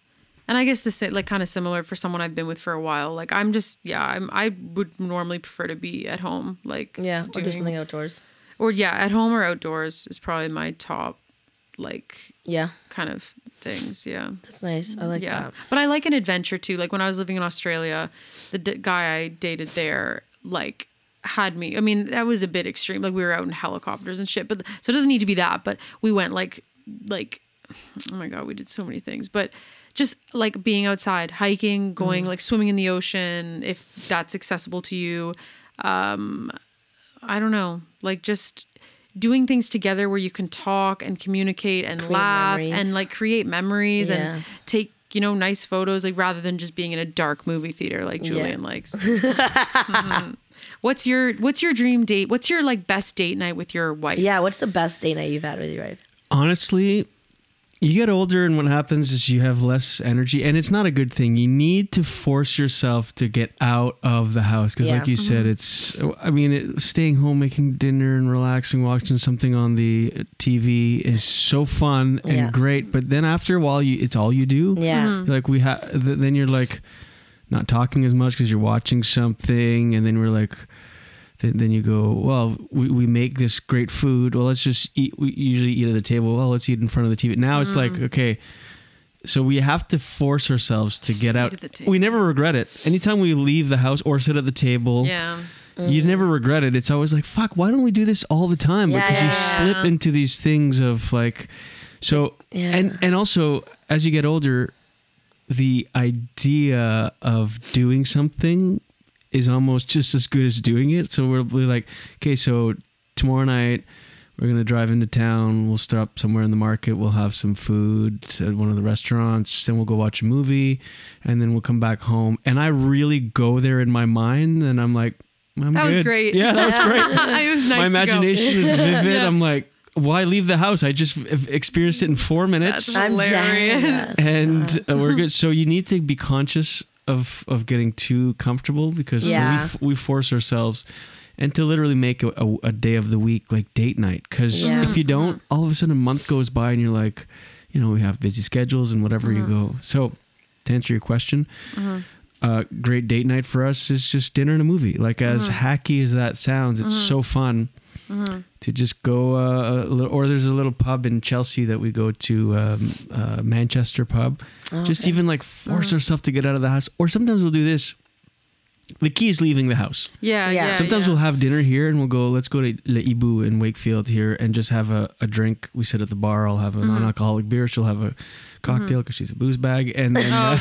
[SPEAKER 1] And I guess the same, like, kind of similar for someone I've been with for a while. Like, I'm just, yeah, I'm, I would normally prefer to be at home, like,
[SPEAKER 2] yeah, or
[SPEAKER 1] doing,
[SPEAKER 2] do something outdoors.
[SPEAKER 1] or yeah, at home or outdoors is probably my top, like,
[SPEAKER 2] Yeah,
[SPEAKER 1] kind of things. Yeah.
[SPEAKER 2] that's nice. I like
[SPEAKER 1] yeah
[SPEAKER 2] that.
[SPEAKER 1] but i like an adventure too like when i was living in australia the d- guy i dated there like had me i mean that was a bit extreme like we were out in helicopters and shit but so it doesn't need to be that but we went like like oh my god we did so many things but just like being outside hiking
[SPEAKER 2] Mm-hmm.
[SPEAKER 1] going like swimming in the ocean if that's accessible to you um, I don't know, like just doing things together where you can talk and communicate and laugh
[SPEAKER 2] memories.
[SPEAKER 1] and like create memories
[SPEAKER 2] Yeah.
[SPEAKER 1] and take you know nice photos like rather than just being in a dark movie theater like Julian likes. Mhm. What's your what's your dream date? What's your like best date night with your wife?
[SPEAKER 2] Yeah, what's the best date night you've had with your wife?
[SPEAKER 3] honestly you get older and what happens is you have less energy and it's not a good thing you need to force yourself to get out of the house because
[SPEAKER 2] Yeah. Mm-hmm.
[SPEAKER 3] like you said it's i mean it, staying home making dinner and relaxing watching something on the tv is so fun and
[SPEAKER 2] Yeah.
[SPEAKER 3] great but then after a while you, it's all you do
[SPEAKER 2] Yeah.
[SPEAKER 3] like we have th- then you're like not talking as much because you're watching something and then we're like then, then you go well we, we make this great food well let's just eat we usually eat at the table well let's eat in front of the tv now it's like
[SPEAKER 1] Mm.
[SPEAKER 3] okay so we have to force ourselves to
[SPEAKER 1] Sit
[SPEAKER 3] get out
[SPEAKER 1] at the table.
[SPEAKER 3] we never regret it anytime we leave the house or sit at the table
[SPEAKER 1] Yeah. Mm-hmm.
[SPEAKER 3] you never regret it. It's always like, fuck, why don't we do this all the time?
[SPEAKER 2] Yeah,
[SPEAKER 3] because
[SPEAKER 2] yeah,
[SPEAKER 3] you
[SPEAKER 1] yeah.
[SPEAKER 3] slip into these things of like, so,
[SPEAKER 2] Yeah.
[SPEAKER 3] and, and also as you get older, the idea of doing something is almost just as good as doing it. So we're we're like, okay, so tomorrow night we're gonna drive into town. We'll stop somewhere in the market. We'll have some food at one of the restaurants. Then we'll go watch a movie, and then we'll come back home. And I really go there in my mind, and I'm like, I'm
[SPEAKER 1] That was
[SPEAKER 3] good.
[SPEAKER 1] great.
[SPEAKER 3] Yeah, that was great.
[SPEAKER 1] it was nice. to
[SPEAKER 3] my
[SPEAKER 1] go.
[SPEAKER 3] imagination is vivid. I'm like, why leave the house? I just f- experienced it in four minutes
[SPEAKER 1] That's
[SPEAKER 2] I'm
[SPEAKER 1] hilarious.
[SPEAKER 2] dying.
[SPEAKER 3] and uh, we're good. So you need to be conscious of of getting too comfortable because so we
[SPEAKER 2] Yeah.
[SPEAKER 3] f- we force ourselves and to literally make a, a, a day of the week like date night because
[SPEAKER 2] Yeah.
[SPEAKER 3] if you don't,
[SPEAKER 1] Uh-huh.
[SPEAKER 3] all of a sudden a month goes by and you're like,
[SPEAKER 1] Uh-huh.
[SPEAKER 3] you know, we have busy schedules and whatever you go. So to answer your question, uh, great date night for us is just dinner and a movie. Like as
[SPEAKER 1] Uh-huh.
[SPEAKER 3] hacky as that sounds, it's so fun
[SPEAKER 1] Mm-hmm.
[SPEAKER 3] to just go. Uh, a little, or there's a little pub in Chelsea that we go to, um, uh, Manchester pub.
[SPEAKER 2] Oh,
[SPEAKER 3] Just even like force ourselves to get out of the house. Or sometimes we'll do this. The key is leaving the house.
[SPEAKER 1] Yeah.
[SPEAKER 2] Yeah.
[SPEAKER 1] Yeah.
[SPEAKER 3] Sometimes
[SPEAKER 1] Uh, yeah.
[SPEAKER 3] we'll have dinner here and we'll go, let's go to Le Ibu in Wakefield here and just have a, a drink. We sit at the bar. I'll have a non alcoholic beer. She'll have a cocktail because she's a booze bag. And then, uh,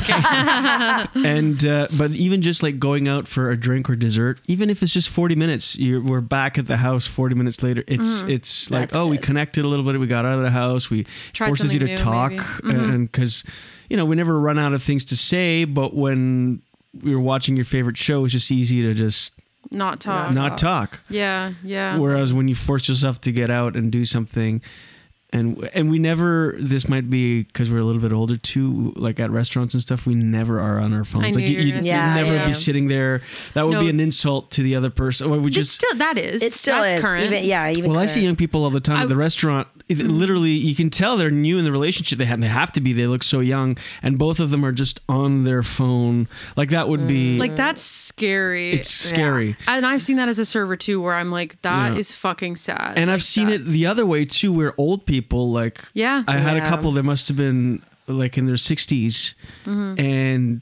[SPEAKER 3] and, uh, but even just like going out for a drink or dessert, even if it's just 40 minutes, you're, we're back at the house 40 minutes later. It's,
[SPEAKER 1] Mm-hmm.
[SPEAKER 3] it's like,
[SPEAKER 2] That's
[SPEAKER 3] oh, we
[SPEAKER 2] good.
[SPEAKER 3] connected a little bit. We got out of the house. We
[SPEAKER 1] Tried
[SPEAKER 3] forces you to
[SPEAKER 1] something new,
[SPEAKER 3] talk.
[SPEAKER 1] maybe. Mm-hmm.
[SPEAKER 3] And because, you know, we never run out of things to say, but when, we were watching your favorite show. It's just easy to just
[SPEAKER 1] Not talk.
[SPEAKER 3] not talk.
[SPEAKER 1] Yeah. Yeah.
[SPEAKER 3] Whereas when you force yourself to get out and do something, and and we never. This might be because we're a little bit older too. Like at restaurants and stuff, we never are on our phones.
[SPEAKER 1] knew
[SPEAKER 3] like
[SPEAKER 1] you were
[SPEAKER 3] you,
[SPEAKER 1] gonna
[SPEAKER 2] say that.
[SPEAKER 3] never
[SPEAKER 2] Yeah,
[SPEAKER 3] be
[SPEAKER 2] yeah.
[SPEAKER 3] sitting there. That would
[SPEAKER 1] No.
[SPEAKER 3] be an insult to the other person. Well, we
[SPEAKER 1] It's
[SPEAKER 3] just.
[SPEAKER 1] still that is.
[SPEAKER 2] It still
[SPEAKER 1] That's
[SPEAKER 2] is.
[SPEAKER 1] Current.
[SPEAKER 2] Even yeah, even
[SPEAKER 3] well, I
[SPEAKER 2] current.
[SPEAKER 3] see young people all the time
[SPEAKER 1] I- Mm-hmm.
[SPEAKER 3] at the restaurant. It- Literally, you can tell they're new in the relationship they have. They have to be. They look so young, and both of them are just on their phone. Like that would be.
[SPEAKER 1] Mm. Like that's scary.
[SPEAKER 3] it's scary.
[SPEAKER 1] and I've seen that as a server too, where I'm like, that is
[SPEAKER 3] Yeah.
[SPEAKER 1] fucking sad.
[SPEAKER 3] And
[SPEAKER 1] Like,
[SPEAKER 3] I've seen it
[SPEAKER 1] that's-
[SPEAKER 3] the other way too, where old people like
[SPEAKER 1] Yeah.
[SPEAKER 3] I had a
[SPEAKER 2] Yeah.
[SPEAKER 3] couple that must have been like in their 60s
[SPEAKER 1] Mm-hmm.
[SPEAKER 3] and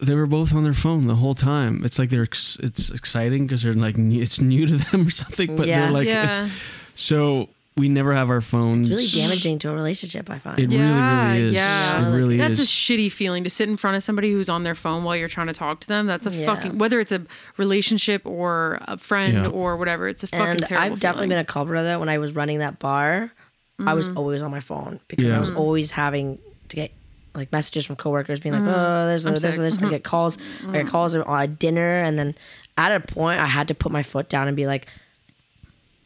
[SPEAKER 3] they were both on their phone the whole time. It's like they're ex- it's exciting because they're like new, it's new to them or something, but
[SPEAKER 2] Yeah.
[SPEAKER 3] they're like
[SPEAKER 1] yeah.
[SPEAKER 3] it's, so we never have our phones.
[SPEAKER 2] It's really damaging to a relationship. I find.
[SPEAKER 3] It
[SPEAKER 1] Yeah,
[SPEAKER 3] really, really is.
[SPEAKER 1] yeah.
[SPEAKER 3] It really
[SPEAKER 1] That's a
[SPEAKER 3] is.
[SPEAKER 1] shitty feeling to sit in front of somebody who's on their phone while you're trying to talk to them. That's a
[SPEAKER 2] Yeah.
[SPEAKER 1] fucking whether it's a relationship or a friend
[SPEAKER 3] Yeah.
[SPEAKER 1] or whatever. It's a fucking
[SPEAKER 2] and
[SPEAKER 1] terrible.
[SPEAKER 2] I've definitely been
[SPEAKER 1] feeling. Mm-hmm.
[SPEAKER 2] a culprit of that when I was running that bar. I was always on my phone because I
[SPEAKER 3] Yeah.
[SPEAKER 2] was always having to get like messages from coworkers being like, "Oh, there's a, there's a,
[SPEAKER 1] Mm-hmm. sick. Mm-hmm.
[SPEAKER 2] this." I get calls. I get calls at dinner, and then at a point, I had to put my foot down and be like,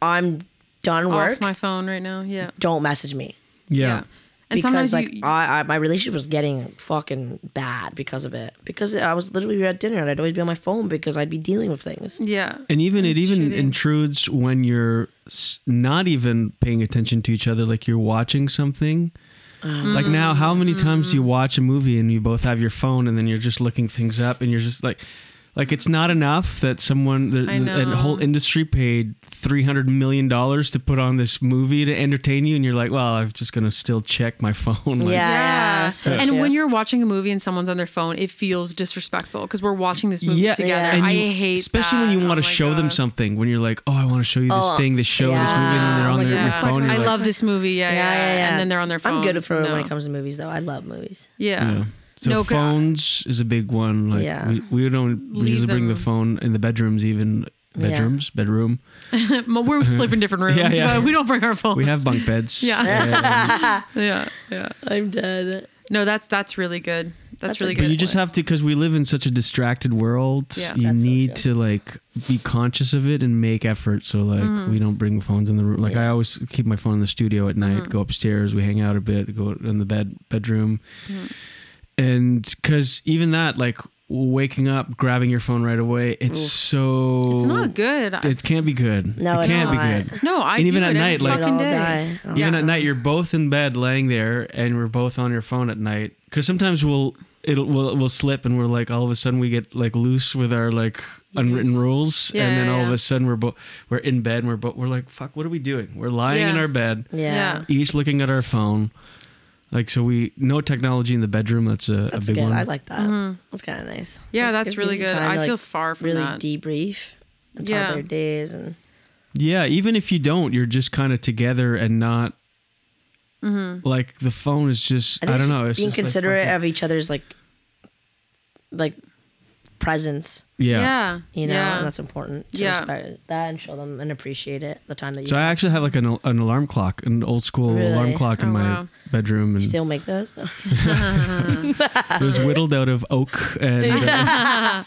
[SPEAKER 2] "I'm done
[SPEAKER 1] off
[SPEAKER 2] work.
[SPEAKER 1] my phone right now. Yeah,
[SPEAKER 2] Don't message me."
[SPEAKER 3] yeah.
[SPEAKER 1] And sometimes
[SPEAKER 2] because like
[SPEAKER 1] you,
[SPEAKER 2] I, I, my relationship was getting fucking bad because of it. Because I was literally we were at dinner and I'd always be on my phone because I'd be dealing with things.
[SPEAKER 1] yeah,
[SPEAKER 3] And even it
[SPEAKER 1] It's
[SPEAKER 3] even
[SPEAKER 1] shitty.
[SPEAKER 3] intrudes when you're s- not even paying attention to each other, like you're watching something.
[SPEAKER 1] Uh-huh.
[SPEAKER 3] Like now, how many
[SPEAKER 1] Mm-hmm.
[SPEAKER 3] times do you watch a movie and you both have your phone and then you're just looking things up and you're just like, like it's not enough that someone, the,
[SPEAKER 1] I
[SPEAKER 3] the,
[SPEAKER 1] know.
[SPEAKER 3] a whole industry paid three hundred million dollars to put on this movie to entertain you, and you're like, well, I'm just gonna still check my phone. Like,
[SPEAKER 1] yeah.
[SPEAKER 2] so
[SPEAKER 1] and
[SPEAKER 2] true.
[SPEAKER 1] when you're watching a movie and someone's on their phone, it feels disrespectful because we're watching this movie
[SPEAKER 3] Yeah,
[SPEAKER 1] together.
[SPEAKER 3] and
[SPEAKER 1] I
[SPEAKER 3] you-
[SPEAKER 1] hate
[SPEAKER 3] especially
[SPEAKER 1] that.
[SPEAKER 3] when you
[SPEAKER 1] Oh
[SPEAKER 3] want to
[SPEAKER 1] my
[SPEAKER 3] show them
[SPEAKER 1] God.
[SPEAKER 3] something. When you're like, oh, I want to show you this
[SPEAKER 2] Oh,
[SPEAKER 3] thing, this show, this movie, and then they're
[SPEAKER 2] yeah.
[SPEAKER 3] on
[SPEAKER 2] Oh
[SPEAKER 3] their,
[SPEAKER 2] my
[SPEAKER 3] your
[SPEAKER 2] God.
[SPEAKER 3] phone. and
[SPEAKER 1] I
[SPEAKER 3] you're like,
[SPEAKER 1] love this movie. Yeah, yeah, yeah, And then they're on their phone.
[SPEAKER 2] I'm good for
[SPEAKER 1] no.
[SPEAKER 2] when it comes to movies, though. I love movies.
[SPEAKER 1] Yeah.
[SPEAKER 3] Yeah. So
[SPEAKER 1] No, 'cause I-
[SPEAKER 3] phones is a big one. Like
[SPEAKER 2] Yeah.
[SPEAKER 3] we, we don't we
[SPEAKER 1] Leave
[SPEAKER 3] usually bring the
[SPEAKER 1] them-
[SPEAKER 3] phone in the bedrooms even
[SPEAKER 2] Yeah.
[SPEAKER 3] bedrooms bedroom.
[SPEAKER 1] We're sleeping in different rooms,
[SPEAKER 3] Yeah, yeah.
[SPEAKER 1] but we don't bring our phones.
[SPEAKER 3] We have bunk beds.
[SPEAKER 1] Yeah. yeah, yeah.
[SPEAKER 2] I'm dead.
[SPEAKER 1] No, that's that's really good. That's,
[SPEAKER 2] That's
[SPEAKER 1] really
[SPEAKER 2] a
[SPEAKER 1] good.
[SPEAKER 3] But you just have to because we live in such a distracted world.
[SPEAKER 1] Yeah.
[SPEAKER 3] you
[SPEAKER 2] That's so
[SPEAKER 3] need
[SPEAKER 2] true.
[SPEAKER 3] to like be conscious of it and make effort. So like
[SPEAKER 1] Mm-hmm.
[SPEAKER 3] we don't bring phones in the room. Like I always keep my phone in the studio at
[SPEAKER 1] Mm-hmm.
[SPEAKER 3] night. Go upstairs. We hang out a bit. Go in the bed bedroom.
[SPEAKER 1] Mm-hmm.
[SPEAKER 3] And because even that like waking up, grabbing your phone right away, it's so
[SPEAKER 1] it's not good. I-
[SPEAKER 3] It can't be good.
[SPEAKER 2] No,
[SPEAKER 3] it
[SPEAKER 2] it's
[SPEAKER 3] can't
[SPEAKER 2] not.
[SPEAKER 3] be good.
[SPEAKER 1] no, I
[SPEAKER 3] and even
[SPEAKER 1] do
[SPEAKER 3] at
[SPEAKER 1] it every
[SPEAKER 3] night, like-
[SPEAKER 1] fucking
[SPEAKER 2] We'd all
[SPEAKER 1] day.
[SPEAKER 2] die. Oh,
[SPEAKER 1] Yeah.
[SPEAKER 3] Even at night, you're both in bed, laying there, and we're both on your phone at night. Because sometimes we'll it'll we'll, we'll slip, and we're like all of a sudden we get like loose with our like unwritten rules,
[SPEAKER 1] Yeah,
[SPEAKER 3] and then
[SPEAKER 1] yeah,
[SPEAKER 3] all of
[SPEAKER 1] yeah.
[SPEAKER 3] a sudden we're both we're in bed, and we're both we're like fuck, what are we doing? We're lying in
[SPEAKER 1] Yeah.
[SPEAKER 3] our bed,
[SPEAKER 2] Yeah.
[SPEAKER 1] Yeah.
[SPEAKER 3] each looking at our phone. Like so, we no technology in the bedroom. That's a,
[SPEAKER 2] That's
[SPEAKER 3] a big
[SPEAKER 2] good.
[SPEAKER 3] one.
[SPEAKER 2] I like that. That's kind of nice.
[SPEAKER 1] Mm-hmm. Yeah,
[SPEAKER 2] It
[SPEAKER 1] that's
[SPEAKER 2] gives
[SPEAKER 1] really
[SPEAKER 2] you
[SPEAKER 1] good.
[SPEAKER 2] time
[SPEAKER 1] I
[SPEAKER 2] to, like,
[SPEAKER 1] feel far from
[SPEAKER 2] really
[SPEAKER 1] that.
[SPEAKER 2] debrief and talk
[SPEAKER 1] Yeah.
[SPEAKER 2] about your days and
[SPEAKER 3] Yeah, even if you don't, you're just kind of together and not
[SPEAKER 1] Mm-hmm.
[SPEAKER 3] like the phone is just.
[SPEAKER 2] I think
[SPEAKER 3] I, don't
[SPEAKER 2] it's just
[SPEAKER 3] know. It's
[SPEAKER 2] being
[SPEAKER 3] just, like,
[SPEAKER 2] considerate
[SPEAKER 3] fucking-
[SPEAKER 2] of each other's like like presence.
[SPEAKER 3] yeah.
[SPEAKER 1] yeah.
[SPEAKER 2] You know,
[SPEAKER 1] Yeah.
[SPEAKER 2] and that's important to
[SPEAKER 1] Yeah.
[SPEAKER 2] respect that and show them and appreciate it the time that you
[SPEAKER 3] So I actually have like an, an alarm clock, an old school
[SPEAKER 2] Really?
[SPEAKER 3] alarm clock in
[SPEAKER 1] Oh,
[SPEAKER 3] my
[SPEAKER 1] wow.
[SPEAKER 3] bedroom, and
[SPEAKER 2] still make those.
[SPEAKER 3] it was whittled out of oak. And uh,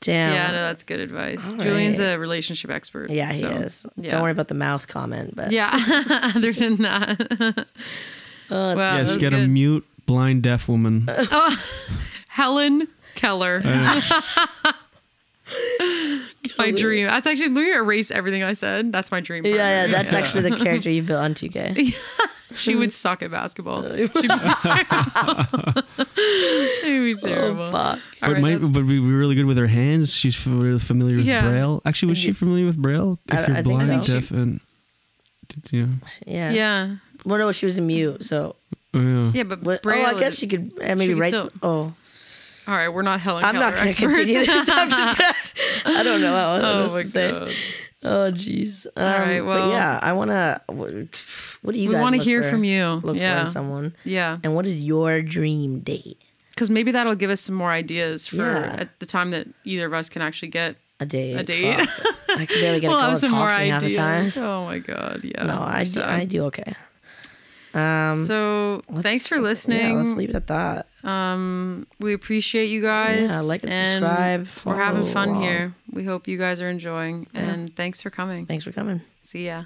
[SPEAKER 2] Damn.
[SPEAKER 1] yeah, no, that's good advice.
[SPEAKER 2] All
[SPEAKER 1] Julian's
[SPEAKER 2] right.
[SPEAKER 1] a relationship expert.
[SPEAKER 2] Yeah, he
[SPEAKER 1] so,
[SPEAKER 2] is.
[SPEAKER 1] yeah.
[SPEAKER 2] Don't worry about the mouth comment, but
[SPEAKER 1] Yeah. Other than that,
[SPEAKER 2] Uh,
[SPEAKER 1] wow,
[SPEAKER 3] yes,
[SPEAKER 1] that's
[SPEAKER 3] get a
[SPEAKER 1] good.
[SPEAKER 3] mute, blind, deaf woman. Uh,
[SPEAKER 1] Helen Keller. It's my dream. That's actually. Let me erase everything I said. That's my dream.
[SPEAKER 2] yeah,
[SPEAKER 1] partner.
[SPEAKER 2] yeah, that's actually the character you've built on 2K.
[SPEAKER 1] She would suck at basketball. She'd
[SPEAKER 2] Oh,
[SPEAKER 1] be terrible. She'd be terrible.
[SPEAKER 2] Oh, fuck.
[SPEAKER 1] All
[SPEAKER 3] But
[SPEAKER 1] right,
[SPEAKER 3] might
[SPEAKER 1] that-
[SPEAKER 3] but be really good with her hands. She's f- really familiar with
[SPEAKER 1] Yeah.
[SPEAKER 3] braille. Actually, was she familiar with braille?
[SPEAKER 2] I-
[SPEAKER 3] If you're
[SPEAKER 2] I think
[SPEAKER 3] blind,
[SPEAKER 1] so.
[SPEAKER 3] deaf, and yeah,
[SPEAKER 2] Yeah.
[SPEAKER 1] yeah.
[SPEAKER 2] Well, no, she was a mute, so.
[SPEAKER 3] Oh, yeah.
[SPEAKER 1] Yeah, but
[SPEAKER 2] What,
[SPEAKER 1] braille.
[SPEAKER 2] oh, I guess
[SPEAKER 1] is-
[SPEAKER 2] she could uh, maybe
[SPEAKER 1] could
[SPEAKER 2] write.
[SPEAKER 1] still-
[SPEAKER 2] some- oh,
[SPEAKER 1] All right, we're not Helen
[SPEAKER 2] I'm not
[SPEAKER 1] Keller
[SPEAKER 2] going to
[SPEAKER 1] experts.
[SPEAKER 2] continue this. I'm just gonna, I don't know what
[SPEAKER 1] oh
[SPEAKER 2] else
[SPEAKER 1] my
[SPEAKER 2] to say.
[SPEAKER 1] god.
[SPEAKER 2] Oh, jeez. Um,
[SPEAKER 1] right, well-
[SPEAKER 2] but yeah, I want to. What do you
[SPEAKER 1] We
[SPEAKER 2] guys
[SPEAKER 1] want to
[SPEAKER 2] look
[SPEAKER 1] hear
[SPEAKER 2] for-
[SPEAKER 1] from you.
[SPEAKER 2] Look for
[SPEAKER 1] yeah.
[SPEAKER 2] in someone.
[SPEAKER 1] yeah.
[SPEAKER 2] And what is your dream date?
[SPEAKER 1] Because maybe that'll give us some more ideas for
[SPEAKER 2] Yeah.
[SPEAKER 1] at the time that either of us can actually get.
[SPEAKER 2] A date.
[SPEAKER 1] A date.
[SPEAKER 2] Fuck. I can barely get
[SPEAKER 1] we'll
[SPEAKER 2] a girl
[SPEAKER 1] have
[SPEAKER 2] to
[SPEAKER 1] some more
[SPEAKER 2] talk to me half the time.
[SPEAKER 1] ideas. Oh my god. Yeah.
[SPEAKER 2] No, I
[SPEAKER 1] we're
[SPEAKER 2] do,
[SPEAKER 1] sad.
[SPEAKER 2] I do okay. Um,
[SPEAKER 1] So thanks for
[SPEAKER 2] let's-
[SPEAKER 1] listening.
[SPEAKER 2] Yeah, let's leave it at that.
[SPEAKER 1] Um, we appreciate you guys.
[SPEAKER 2] Yeah, like and subscribe,
[SPEAKER 1] We're having
[SPEAKER 2] follow
[SPEAKER 1] fun
[SPEAKER 2] along.
[SPEAKER 1] here. We hope you guys are enjoying. And thanks for coming.
[SPEAKER 2] Thanks for coming.
[SPEAKER 1] See ya.